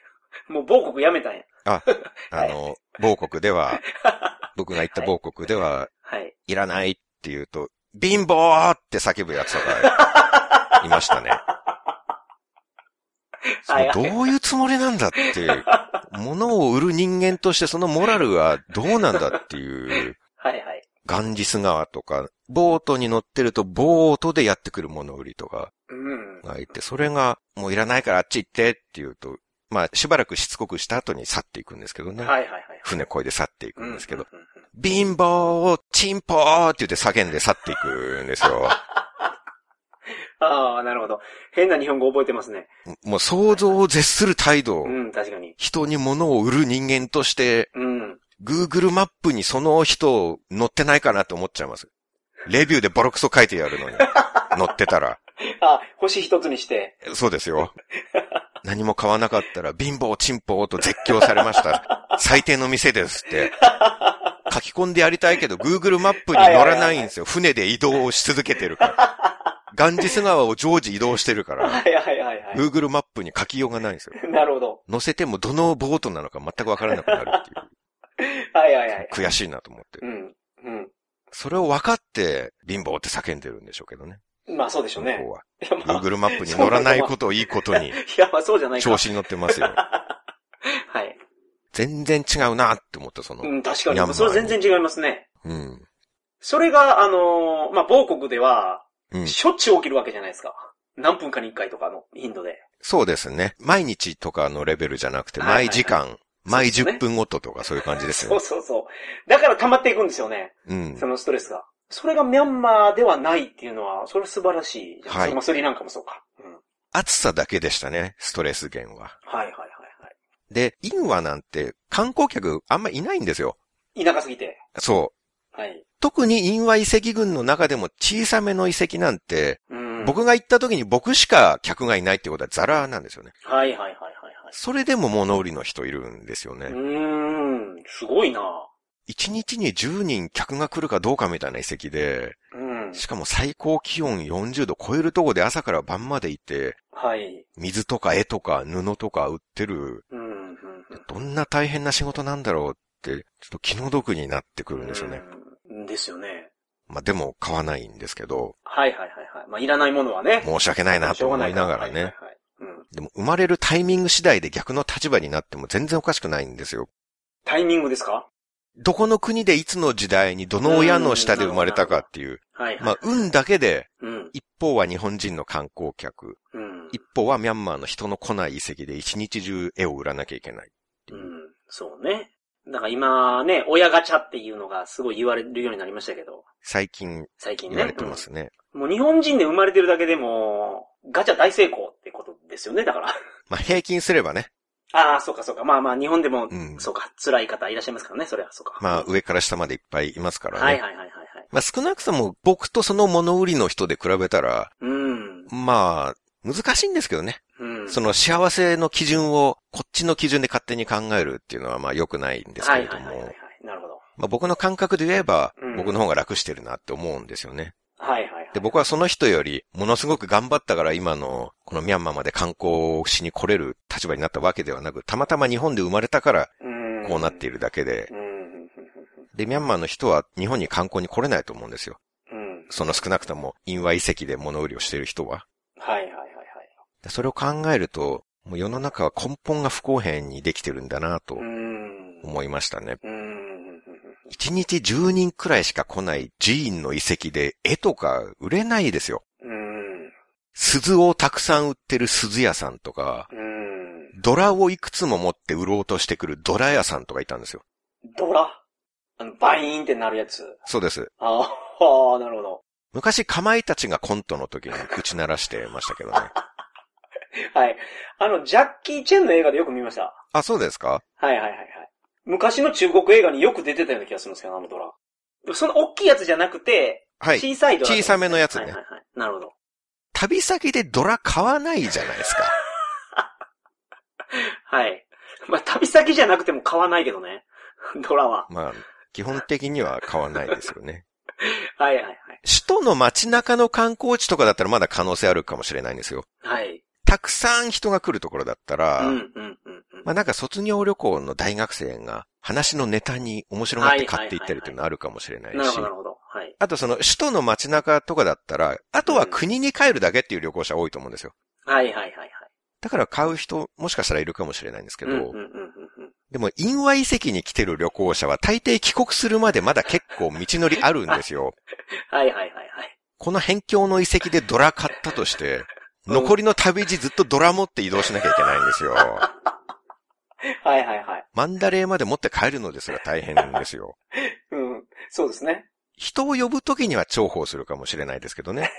Speaker 1: もう、某国やめたんや。は
Speaker 2: あ
Speaker 1: い
Speaker 2: の、某国で は、僕が行った某国では、
Speaker 1: はい。
Speaker 2: いらないって言うと、貧乏って叫ぶやつがいまし たね。そ
Speaker 1: はい
Speaker 2: れどういうつもりなんだっていう、物を売る人間としてそのモラルはどうなんだっていう、
Speaker 1: はいはい。
Speaker 2: ガンジス川とか、ボートに乗ってるとボートでやってくる物売りとか
Speaker 1: うん。
Speaker 2: がいて、それがもういらないからあっち行ってって言うと、まあしばらくしつこくした後に去っていくんですけどね。
Speaker 1: はいはいはい。
Speaker 2: 船越えで去っていくんですけど、
Speaker 1: うんうんうんうん
Speaker 2: 貧乏、チンポーって言って叫んで去っていくんですよ。
Speaker 1: ああ、なるほど。変な日本語覚えてますね。
Speaker 2: もう想像を絶する態度。
Speaker 1: うん、確かに。
Speaker 2: 人に物を売る人間として、
Speaker 1: うん。
Speaker 2: Google マップにその人乗ってないかなって思っちゃいます。レビューでボロクソ書いてやるのに。乗ってたら。
Speaker 1: あ、星一つにして。
Speaker 2: そうですよ。何も買わなかったら、貧乏チンポーと絶叫されました。 最低の店ですって。書き込んでやりたいけど、Google マップに乗らないんですよ。船で移動をし続けてるから。ガンジス川を常時移動してるか
Speaker 1: は
Speaker 2: ら、
Speaker 1: いはいはいは
Speaker 2: Google マップに書きようがないんですよ。
Speaker 1: い。なるほど。
Speaker 2: 乗せてもどのボートなのか全くわからなくなるっていう。
Speaker 1: はいはいはい。
Speaker 2: 悔しいなと思って
Speaker 1: う。ん。
Speaker 2: それを分かって、貧乏って叫んでるんでしょうけどね。
Speaker 1: うん。まあそうでしょう
Speaker 2: 向
Speaker 1: ね。
Speaker 2: こ
Speaker 1: いや
Speaker 2: う
Speaker 1: ま
Speaker 2: は。
Speaker 1: あ、
Speaker 2: Google マップに乗らないことをいいことに、
Speaker 1: いやまあ そうじゃないか。
Speaker 2: 調子に乗ってますよ。
Speaker 1: はい。
Speaker 2: 全然違うなって思った、その。
Speaker 1: うん、確
Speaker 2: ミャ
Speaker 1: か
Speaker 2: ンマー
Speaker 1: に。
Speaker 2: に
Speaker 1: それ全然違いますね。
Speaker 2: うん。
Speaker 1: それが、あのーまあ、某国では、
Speaker 2: うん。
Speaker 1: しょっちゅう起きるわけじゃないですか。何分かに一回とかの、インドで。
Speaker 2: そうですね。毎日とかのレベルじゃなくて、
Speaker 1: はいはいはい
Speaker 2: 毎時間、毎
Speaker 1: そうですね
Speaker 2: 10分ごととかそういう感じです
Speaker 1: そう
Speaker 2: よ。
Speaker 1: そうそう。だから溜まっていくんですよね。
Speaker 2: うん。
Speaker 1: そのストレスが。それがミャンマーではないっていうのは、それは素晴らしい。
Speaker 2: はい
Speaker 1: それもスリランカもそうか。うん。
Speaker 2: 暑さだけでしたね、ストレス源は。
Speaker 1: はいはいはいは
Speaker 2: で、インワなんて観光客あんまいないんですよ。
Speaker 1: い。田舎すぎて。
Speaker 2: そう。
Speaker 1: はい。
Speaker 2: 特にインワ遺跡群の中でも小さめの遺跡なんて、
Speaker 1: うん。
Speaker 2: 僕が行った時に僕しか客がいないってことはザラなんですよね。
Speaker 1: はいはいはいはい
Speaker 2: それでも物売りの人いるんですよ
Speaker 1: はい。う
Speaker 2: ね。
Speaker 1: ーん。すごいな
Speaker 2: 1日に10人客が来るかどうかみたいな遺跡で、
Speaker 1: うん。
Speaker 2: しかも最高気温40度超えるとこで朝から晩までいて、
Speaker 1: はい。
Speaker 2: 水とか絵とか布とか売ってる、
Speaker 1: うん。うん
Speaker 2: どんな大変な仕事なんだろうって、ちょっと気の毒になってく
Speaker 1: う
Speaker 2: るんですよね。。
Speaker 1: うんですよね。
Speaker 2: まあでも買わないんですけど、
Speaker 1: はいはいはいはい。まあ、いらないものはね。
Speaker 2: 申し訳ないな
Speaker 1: しょ
Speaker 2: と
Speaker 1: うが
Speaker 2: 思
Speaker 1: ない
Speaker 2: い
Speaker 1: か
Speaker 2: ながら
Speaker 1: はいはい
Speaker 2: ね。
Speaker 1: はいうん。
Speaker 2: でも生まれるタイミング次第で逆の立場になっても全然おかしくないんですよ。
Speaker 1: タイミングですか
Speaker 2: どこの国でいつの時代にどの親の下で生まれたかっていう、
Speaker 1: はいはい。
Speaker 2: まあ、運だけで、
Speaker 1: うん。
Speaker 2: 一方は日本人の観光客、
Speaker 1: うん。
Speaker 2: 一方はミャンマーの人の来ない遺跡で一日中絵を売らなきゃいけない。
Speaker 1: うん。そうね。だから今ね、親ガチャっていうのがすごい言われるようになりましたけど、
Speaker 2: 最近
Speaker 1: 最近ね。
Speaker 2: 言われてますね。
Speaker 1: もう日本人で生まれてるだけでも、ガチャ大成功ってことですよね、だから。
Speaker 2: まあ、平均すればね、
Speaker 1: ああ、そうかそうか。まあまあ、日本でも、
Speaker 2: うん
Speaker 1: そうか、辛い方いらっしゃいますからね、それはそうか。
Speaker 2: まあ、上から下までいっぱいいますからね。
Speaker 1: はいはいはいはいはい。
Speaker 2: まあ、少なくとも僕とその物売りの人で比べたら、
Speaker 1: うん。
Speaker 2: まあ、難しいんですけどね。
Speaker 1: うん。
Speaker 2: その幸せの基準をこっちの基準で勝手に考えるっていうのはまあ良くないんですけ
Speaker 1: は
Speaker 2: れ
Speaker 1: い
Speaker 2: ど
Speaker 1: はいはいはいは
Speaker 2: も
Speaker 1: い、。なるほど。
Speaker 2: まあ僕の感覚で言えば
Speaker 1: うん、
Speaker 2: 僕の方が楽してるなって思うんですよね。
Speaker 1: はいはいはい。
Speaker 2: で、僕はその人より、ものすごく頑張ったから今の、このミャンマーまで観光しに来れる立場になったわけではなく、たまたま日本で生まれたから、
Speaker 1: うん、
Speaker 2: こうなっているだけで
Speaker 1: う、ん。
Speaker 2: で、ミャンマーの人は日本に観光に来れないと思うんですよ。
Speaker 1: うん。
Speaker 2: その少なくとも、因和遺跡で物売りをしている人は。
Speaker 1: はいはいはいはい。
Speaker 2: でそれを考えると、もう世の中は根本が不公平にできてるんだなと
Speaker 1: うん。
Speaker 2: 思いましたね。
Speaker 1: うん。
Speaker 2: 1日10人くらいしか来ない寺院の遺跡で絵とか売れないですよ。
Speaker 1: うん。
Speaker 2: 鈴をたくさん売ってる鈴屋さんとか、
Speaker 1: うん。
Speaker 2: ドラをいくつも持って売ろうとしてくるドラ屋さんとかいたんですよ。
Speaker 1: ドラあの、バイーンってなるやつ。
Speaker 2: そうです。
Speaker 1: ああ、 なるほど。
Speaker 2: 昔、かまいたちがコントの時に打ち鳴らしてましたけどね。
Speaker 1: はい。あの、ジャッキー・チェンの映画でよく見ました。
Speaker 2: あ、そうですか
Speaker 1: はいはいはいはい。昔の中国映画によく出てたような気がするんですけど、あのドラ。その大きいやつじゃなくて、
Speaker 2: はい。
Speaker 1: 小さいドラ、
Speaker 2: 小さめのやつね
Speaker 1: はいはいはい。なるほど。
Speaker 2: 旅先でドラ買わないじゃないですか。
Speaker 1: はい。まあ、旅先じゃなくても買わないけどね。 ドラは。
Speaker 2: まあ、基本的には買わないですよね。
Speaker 1: はいはいはい。
Speaker 2: 首都の街中の観光地とかだったらまだ可能性あるかもしれないんですよ。
Speaker 1: はい。
Speaker 2: たくさん人が来るところだったら、
Speaker 1: うんうんうんうん。
Speaker 2: まあなんか卒業旅行の大学生が話のネタに面白がって買っていったりっていうのあるかもしれない
Speaker 1: なるほ
Speaker 2: し
Speaker 1: ど、な、るほど。はい。
Speaker 2: あとその首都の街中とかだったら、あとは国に帰るだけっていう旅行者多いと思うんですよ。
Speaker 1: はいはいはいはい。
Speaker 2: だから買う人もしかしたらいるかもしれないんですけど、
Speaker 1: うんうんうんうんうん。
Speaker 2: でも、因和遺跡に来てる旅行者は大抵帰国するまでまだ結構道のりあるんで すよ。
Speaker 1: はいはいはいはい。
Speaker 2: この辺境の遺跡でドラ買ったとして、残りの旅路ずっとドラ持って移動しなきゃいけないんですよ。
Speaker 1: はいはいはい。
Speaker 2: マンダレーまで持って帰るのですが大変なんですよ。
Speaker 1: うん。そうですね。
Speaker 2: 人を呼ぶ時には重宝するかもしれないですけどね。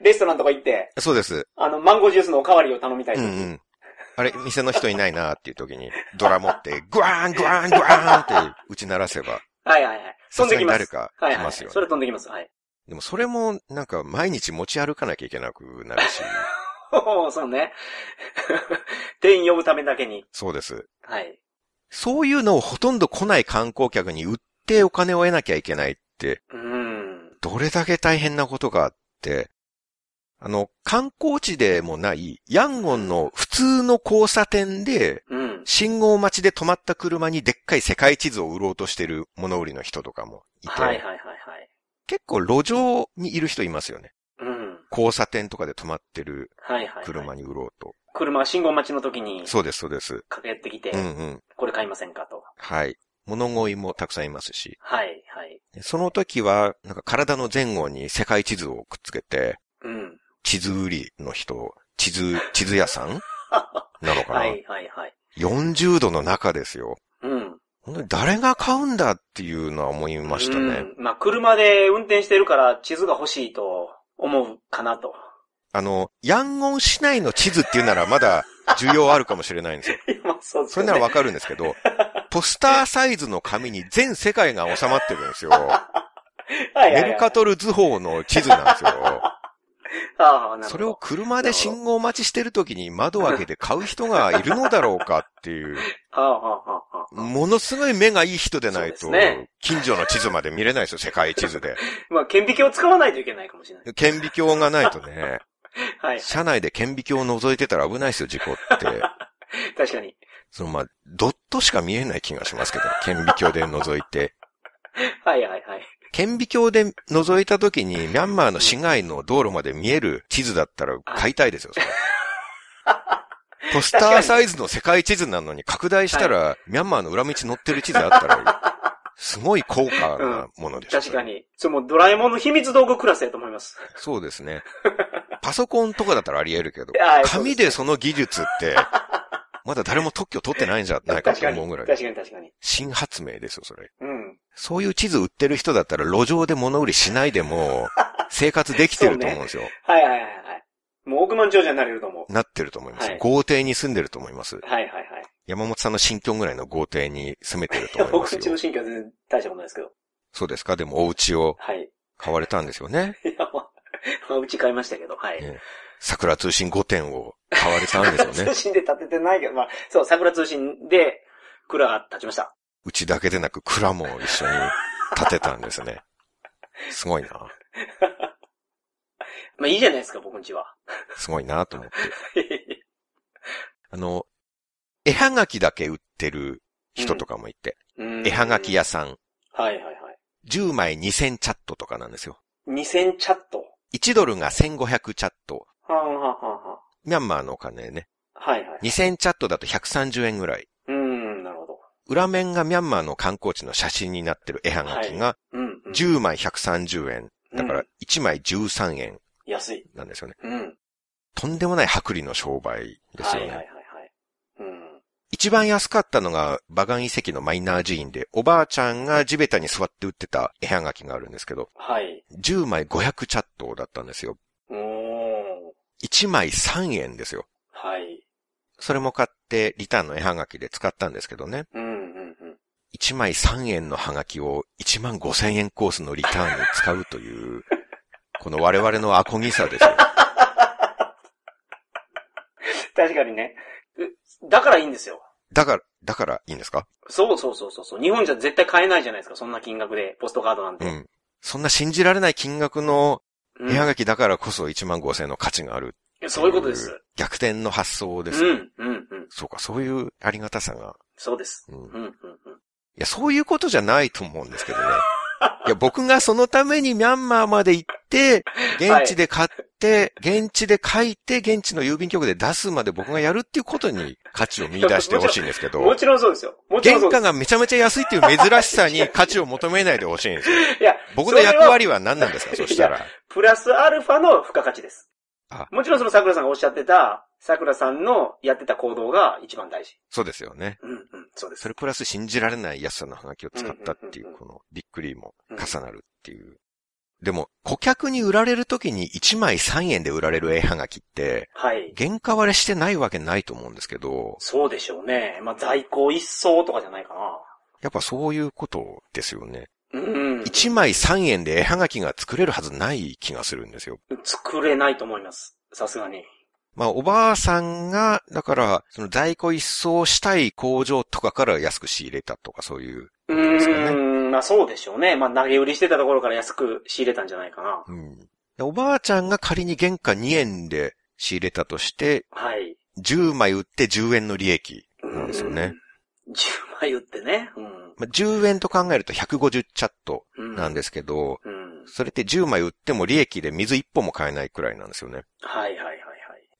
Speaker 1: レストランとか行って、
Speaker 2: そうです。
Speaker 1: あの、マンゴージュースのおかわりを頼みたい
Speaker 2: うん
Speaker 1: と
Speaker 2: う
Speaker 1: き。
Speaker 2: ん。あれ、店の人いないなっていう時に、ドラ持って、グワーン、グワーン、グワーンって打ち鳴らせば、
Speaker 1: はいはいはい。飛んできます。は
Speaker 2: さすがに誰
Speaker 1: い
Speaker 2: か
Speaker 1: は
Speaker 2: 来
Speaker 1: いは
Speaker 2: ま
Speaker 1: い。
Speaker 2: すよね
Speaker 1: それ飛んできます。はい。
Speaker 2: でもそれも、なんか、毎日持ち歩かなきゃいけなくなるし、
Speaker 1: おーそうね。 店員呼ぶためだけに。
Speaker 2: そうです。
Speaker 1: はい。
Speaker 2: そういうのをほとんど来ない観光客に売ってお金を得なきゃいけないって、
Speaker 1: うーん。
Speaker 2: どれだけ大変なことがあって、あの、観光地でもない、ヤンゴンの普通の交差点で、
Speaker 1: うん。
Speaker 2: 信号待ちで止まった車にでっかい世界地図を売ろうとしてる物売りの人とかもいて、
Speaker 1: はいはいはいはい。
Speaker 2: 結構路上にいる人いますよね。
Speaker 1: うん。
Speaker 2: 交差点とかで止まってる
Speaker 1: はいはい。
Speaker 2: 車。に売ろうと。
Speaker 1: 車が信号待ちの時に、
Speaker 2: そうです、そうです。
Speaker 1: 駆け寄ってきて
Speaker 2: う、んうん。
Speaker 1: これ買いませんかと。
Speaker 2: はい。物乞いもたくさんいますし、
Speaker 1: はいはい。
Speaker 2: その時は、なんか体の前後に世界地図をくっつけて、
Speaker 1: うん。
Speaker 2: 地図売りの人、地図、地図屋さん
Speaker 1: は
Speaker 2: なのかな、
Speaker 1: いはいはい。
Speaker 2: ?40 度の中ですよ。
Speaker 1: うん。
Speaker 2: 本当に誰が買うんだっていうのは思いましたね。
Speaker 1: うん。まあ、車で運転してるから地図が欲しいと思うかなと。
Speaker 2: あの、ヤンゴン市内の地図っていうならまだ需要あるかもしれないん ですよ。
Speaker 1: いやまあ、そうです
Speaker 2: そ
Speaker 1: よ
Speaker 2: れ
Speaker 1: ね
Speaker 2: ならわかるんですけど、ポスターサイズの紙に全世界が収まってるんですよ。
Speaker 1: はいはい
Speaker 2: メ
Speaker 1: はい
Speaker 2: ルカトル図法の地図なんです よ。
Speaker 1: ああ、なるほど。
Speaker 2: それを車で信号待ちしてる時に窓を開けて買う人がいるのだろうかっていう、
Speaker 1: ああ、ああ、ああ。
Speaker 2: ものすごい目がいい人でないと
Speaker 1: そうですね、
Speaker 2: 近所の地図まで見れないですよ、世界地 図で。
Speaker 1: まあ、顕微鏡を使わないといけないかもしれない。
Speaker 2: 顕微鏡がないとね、
Speaker 1: はい。
Speaker 2: 車内で顕微鏡を覗いてたら危ないですよ、事故って。
Speaker 1: 確かに。
Speaker 2: そのまあ、ドットしか見えない気がしますけど、 顕微鏡で覗いて。
Speaker 1: はいはいはい。
Speaker 2: 顕微鏡で覗いた時に、ミャンマーの市街の道路まで見える地図だったら買いたいですよ、 それ。ポスターサイズの世界地図なのに拡大したら、ミャンマーの裏道乗ってる地図あったら、すごい高価なものでしょ、
Speaker 1: 確か
Speaker 2: それ。
Speaker 1: に。それもうドラえもんの秘密道具クラスやと思います。
Speaker 2: そうですね。パソコンとかだったらあり得るけど
Speaker 1: はい、
Speaker 2: 紙でその技術って、まだ誰も特許取ってないんじゃないか
Speaker 1: 確
Speaker 2: と
Speaker 1: かに。
Speaker 2: 思うぐら
Speaker 1: 確
Speaker 2: い。
Speaker 1: かに確かに。
Speaker 2: 新発明ですよ、それ。
Speaker 1: うん。
Speaker 2: そういう地図売ってる人だったら路上で物売りしないで も、生活できてると思うんですよ。
Speaker 1: はいはいはいはい。もう億万長者になれると思う。
Speaker 2: なってると思います、
Speaker 1: はい
Speaker 2: 豪邸に住んでると思います。
Speaker 1: はいはいはい。
Speaker 2: 山本さんの新居ぐらいの豪邸に住めてると思いま
Speaker 1: 僕
Speaker 2: す
Speaker 1: んち
Speaker 2: よ
Speaker 1: の。新居は全然大したことないですけど。
Speaker 2: そうですかでもお家を
Speaker 1: はい。
Speaker 2: 買われたんです よね。
Speaker 1: いや、まあまあ、うち買いましたけど、はい。
Speaker 2: ね桜通信5点を買われたんですよ
Speaker 1: 通。
Speaker 2: ね
Speaker 1: 信で建ててないけど、まあ、そう、桜通信で蔵が建ちました。
Speaker 2: うちだけでなく蔵も一緒に建てたんですね。すごいな。
Speaker 1: まあいいじゃないですか、僕んちは。
Speaker 2: すごいなと思って。あの、絵はがきだけ売ってる人とかもいて、
Speaker 1: うん
Speaker 2: 絵はがき。屋さん、
Speaker 1: はいはいはい。
Speaker 2: 10枚2000チャットとかなんですよ。
Speaker 1: 2000チャット。
Speaker 2: 1ドルが1500チャット。
Speaker 1: はんはんはんはん。
Speaker 2: ミャンマーのお金ね。
Speaker 1: はいはい。
Speaker 2: 2000チャットだと130円ぐらい。
Speaker 1: うん、なるほど。
Speaker 2: 裏面がミャンマーの観光地の写真になってる絵はがきが
Speaker 1: うん、うん。
Speaker 2: 10枚130円。だから1枚13円
Speaker 1: 安い。
Speaker 2: なんですよね。
Speaker 1: うん。
Speaker 2: とんでもない薄利の商売です
Speaker 1: は
Speaker 2: よ
Speaker 1: いはいは
Speaker 2: ね。
Speaker 1: いはい。うん。
Speaker 2: 一番安かったのが、バガン遺跡のマイナー寺院で、おばあちゃんが地べたに座って売ってた絵はがきがあるんですけど、
Speaker 1: はい。
Speaker 2: 10枚500チャットだったんですよ。
Speaker 1: うーん。
Speaker 2: 1枚3円ですよ。
Speaker 1: はい。
Speaker 2: それも買って、リターンの絵はがきで使ったんですけどね。
Speaker 1: うんうんうん。
Speaker 2: 1枚3円のハガキを1万5千円コースのリターンに使うという、この我々のアコギさですよ。
Speaker 1: 確かにね。うだからいいんですよ。
Speaker 2: だから、だからいいんですか
Speaker 1: そうそうそうそうそう。日本じゃ絶対買えないじゃないですか、そんな金額で、ポストカードなん
Speaker 2: う
Speaker 1: て。
Speaker 2: ん。そんな信じられない金額の
Speaker 1: うん
Speaker 2: 絵はがきだからこそ1万5千円の価値がある。
Speaker 1: そういうことです。。
Speaker 2: 逆転の発想です
Speaker 1: う
Speaker 2: よ。
Speaker 1: ん、うん、うん。
Speaker 2: そうか、そういうありがたさが。
Speaker 1: そうです。
Speaker 2: うん。い
Speaker 1: うん、うん、うん。
Speaker 2: や、そういうことじゃないと思うんですけど ね。いや、僕がそのためにミャンマーまで行って、現地で買って、現地で書いて、現地の郵便局で出すまで僕がやるっていうことに価値を見出してほしいんですけ
Speaker 1: も
Speaker 2: ど、
Speaker 1: ちろんそうですよ。もちろ
Speaker 2: 原
Speaker 1: んそうで
Speaker 2: 価
Speaker 1: す。
Speaker 2: がめちゃめちゃ安いっていう珍しさに価値を求めないでほしいんですよ。
Speaker 1: いや、
Speaker 2: 僕の役割は何なんですかそしたら。
Speaker 1: プラスアルファの付加価値です
Speaker 2: あ。
Speaker 1: もちろんその桜さんがおっしゃってた、桜さんのやってた行動が一番大事。
Speaker 2: そうですよね。
Speaker 1: うん、うん、そうです
Speaker 2: そ。れプラス信じられない安さのハガキを使ったってい
Speaker 1: うん
Speaker 2: う、
Speaker 1: うん
Speaker 2: このびっくりも
Speaker 1: うん
Speaker 2: 重なるっていう。でも、顧客に売られる時に1枚3円で売られる絵はがきって、
Speaker 1: はい。
Speaker 2: 原価割れしてないわけないと思うんですけど、
Speaker 1: そうでしょうね。まあ、在庫一掃とかじゃないか
Speaker 2: やっぱそういうことですよね。
Speaker 1: な。うん。
Speaker 2: 1枚3円で絵はがきが作れるはずない気がするんですよ。
Speaker 1: 作れないと思います。さすがに。
Speaker 2: まあ、おばあさんが、だから、その在庫一掃したい工場とかから安く仕入れたとかそういう、
Speaker 1: う
Speaker 2: ですかね
Speaker 1: ーん、まあそうでしょうね。まあ投げ売りしてたところから安く仕入れたんじゃないかな。
Speaker 2: うん。でおばあちゃんが仮に原価2円で仕入れたとして、
Speaker 1: はい。
Speaker 2: 10枚売って10円の利益なんですよね。
Speaker 1: うん。10枚売ってね。うん
Speaker 2: まあ、10円と考えると150チャット
Speaker 1: うん。
Speaker 2: なんですけど、
Speaker 1: うん。
Speaker 2: それって10枚売っても利益で水1本も買えないくらいなんですよね。
Speaker 1: はいはいはいはい。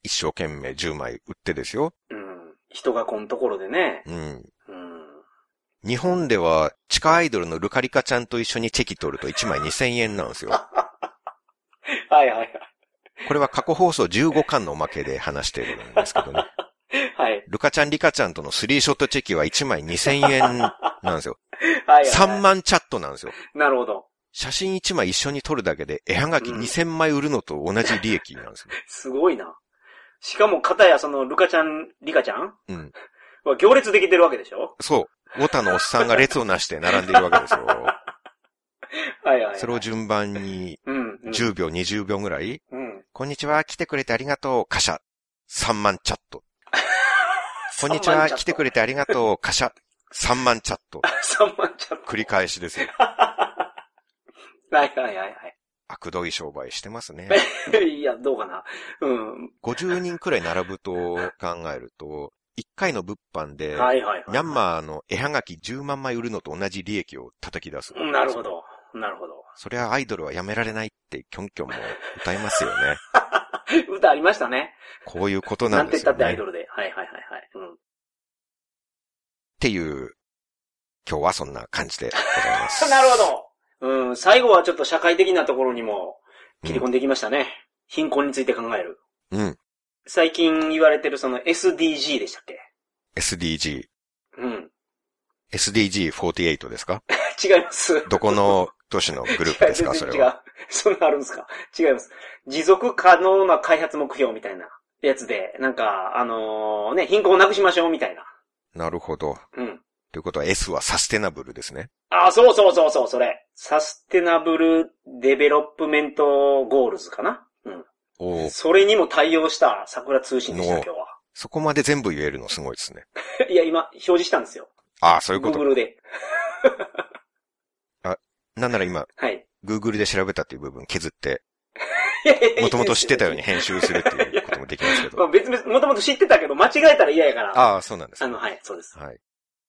Speaker 2: 一生懸命10枚売ってですよ。
Speaker 1: うん。人がこんところでね。
Speaker 2: うん。
Speaker 1: うん。
Speaker 2: 日本では地下アイドルのルカリカちゃんと一緒にチェキ取ると1枚2000円なんですよ。
Speaker 1: はいはいはい。
Speaker 2: これは過去放送15巻のおまけで話してるんですけどね。
Speaker 1: はい。
Speaker 2: ルカちゃんリカちゃんとのスリーショットチェキは1枚2000円なんですよ。
Speaker 1: はいはい、はい。
Speaker 2: 3。万チャットなんですよ。
Speaker 1: なるほど。
Speaker 2: 写真1枚一緒に撮るだけで絵はがき2000枚売るのと同じ利益なんですよ。
Speaker 1: すごいな。しかも、片やその、ルカちゃん、リカちゃん
Speaker 2: うん。
Speaker 1: は行列できてるわけでしょ
Speaker 2: そう。ウォタのおっさんが列をなして並んでいるわ けですよ。
Speaker 1: はいはいはい。
Speaker 2: それを順番に
Speaker 1: うん、うん。
Speaker 2: 10秒、20秒ぐらい、
Speaker 1: うん。
Speaker 2: こんにちは、来てくれてありがとう、カシャ。3万チャット。こんにち
Speaker 1: 三万
Speaker 2: は、
Speaker 1: チャット
Speaker 2: 来てくれてありがとう、カシャ。3万チャット。
Speaker 1: 3万ちゃっ
Speaker 2: 繰り返 しですよ。
Speaker 1: た。はいはいはいはい。
Speaker 2: 悪どい商売してます ね。
Speaker 1: いや、どうかな。うん。
Speaker 2: 50人くらい並ぶと考えると、1回の物販で、
Speaker 1: はいはいはい。
Speaker 2: ミャンマーの絵はがき10万枚売るのと同じ利益を叩き出す。
Speaker 1: なるほ。ど。なるほど。
Speaker 2: そりゃアイドルはやめられないってキョンキョンも歌いますよね。
Speaker 1: 歌ありましたね。
Speaker 2: こういうこと
Speaker 1: な
Speaker 2: なんん
Speaker 1: て
Speaker 2: で
Speaker 1: 言った
Speaker 2: すよ
Speaker 1: ってア
Speaker 2: ね。
Speaker 1: イ
Speaker 2: っ
Speaker 1: ドルで。はいはいはいはい。うん。
Speaker 2: ていう、今日はそんな感じでございま す。
Speaker 1: なるほど。うん、最後はちょっと社会的なところにも切り込んでいきましたね。貧困について考える。
Speaker 2: うん。
Speaker 1: 最近言われてるその SDG でしたっけ
Speaker 2: SDG。
Speaker 1: うん。
Speaker 2: SDG48 ですか
Speaker 1: 違います。
Speaker 2: どこの都市のグループですか
Speaker 1: 違う
Speaker 2: そ
Speaker 1: 全
Speaker 2: れ
Speaker 1: 然違
Speaker 2: は。
Speaker 1: う。そんなあるんですか違います。持続可能な開発目標みたいなやつで、なんか、あのーね、貧困をなくしましょうみたいな。
Speaker 2: なるほど。
Speaker 1: うん。
Speaker 2: ということは S はサステナブルですね。
Speaker 1: あー、そうそうそうそう、それ。サステナブルデベロップメントゴールズかなう
Speaker 2: お
Speaker 1: ん。
Speaker 2: ー
Speaker 1: それにも対応した桜通信でした、
Speaker 2: お
Speaker 1: 今日は。
Speaker 2: そこまで全部言えるのすごいですね。
Speaker 1: いや、今、表示したんですよ。
Speaker 2: ああ、そういうこと
Speaker 1: Google で。
Speaker 2: なんなら今、
Speaker 1: はい。
Speaker 2: Google で調べたっていう部分削って、
Speaker 1: いやいやいや
Speaker 2: もともと知ってたように。編集するっていうこともできます
Speaker 1: ま
Speaker 2: け ど。
Speaker 1: あ別々、もともと知ってたけど、間違えたら嫌やから。あ
Speaker 2: ああ、そうなんですね。
Speaker 1: の、はい、そうです。
Speaker 2: はい。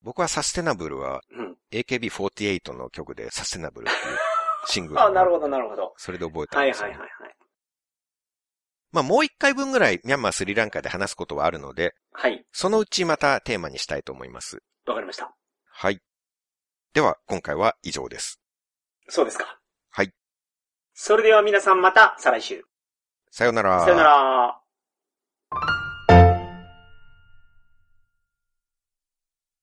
Speaker 2: 僕はサステナブルは
Speaker 1: うん。
Speaker 2: AKB48 の曲でサステナブルっていうシング ル。
Speaker 1: あなるほど、なるほど。
Speaker 2: それで覚えた
Speaker 1: は
Speaker 2: ん
Speaker 1: い
Speaker 2: です
Speaker 1: はい
Speaker 2: よ、
Speaker 1: はいはい。
Speaker 2: まあもう一回分ぐらいミャンマー、スリランカで話すことはあるので、
Speaker 1: はい、
Speaker 2: そのうちまたテーマにしたいと思います。
Speaker 1: わかりました。
Speaker 2: はい。では、今回は以上です。
Speaker 1: そうですか。
Speaker 2: はい。
Speaker 1: それでは皆さんまた、再来週。
Speaker 2: さよなら。
Speaker 1: さよなら。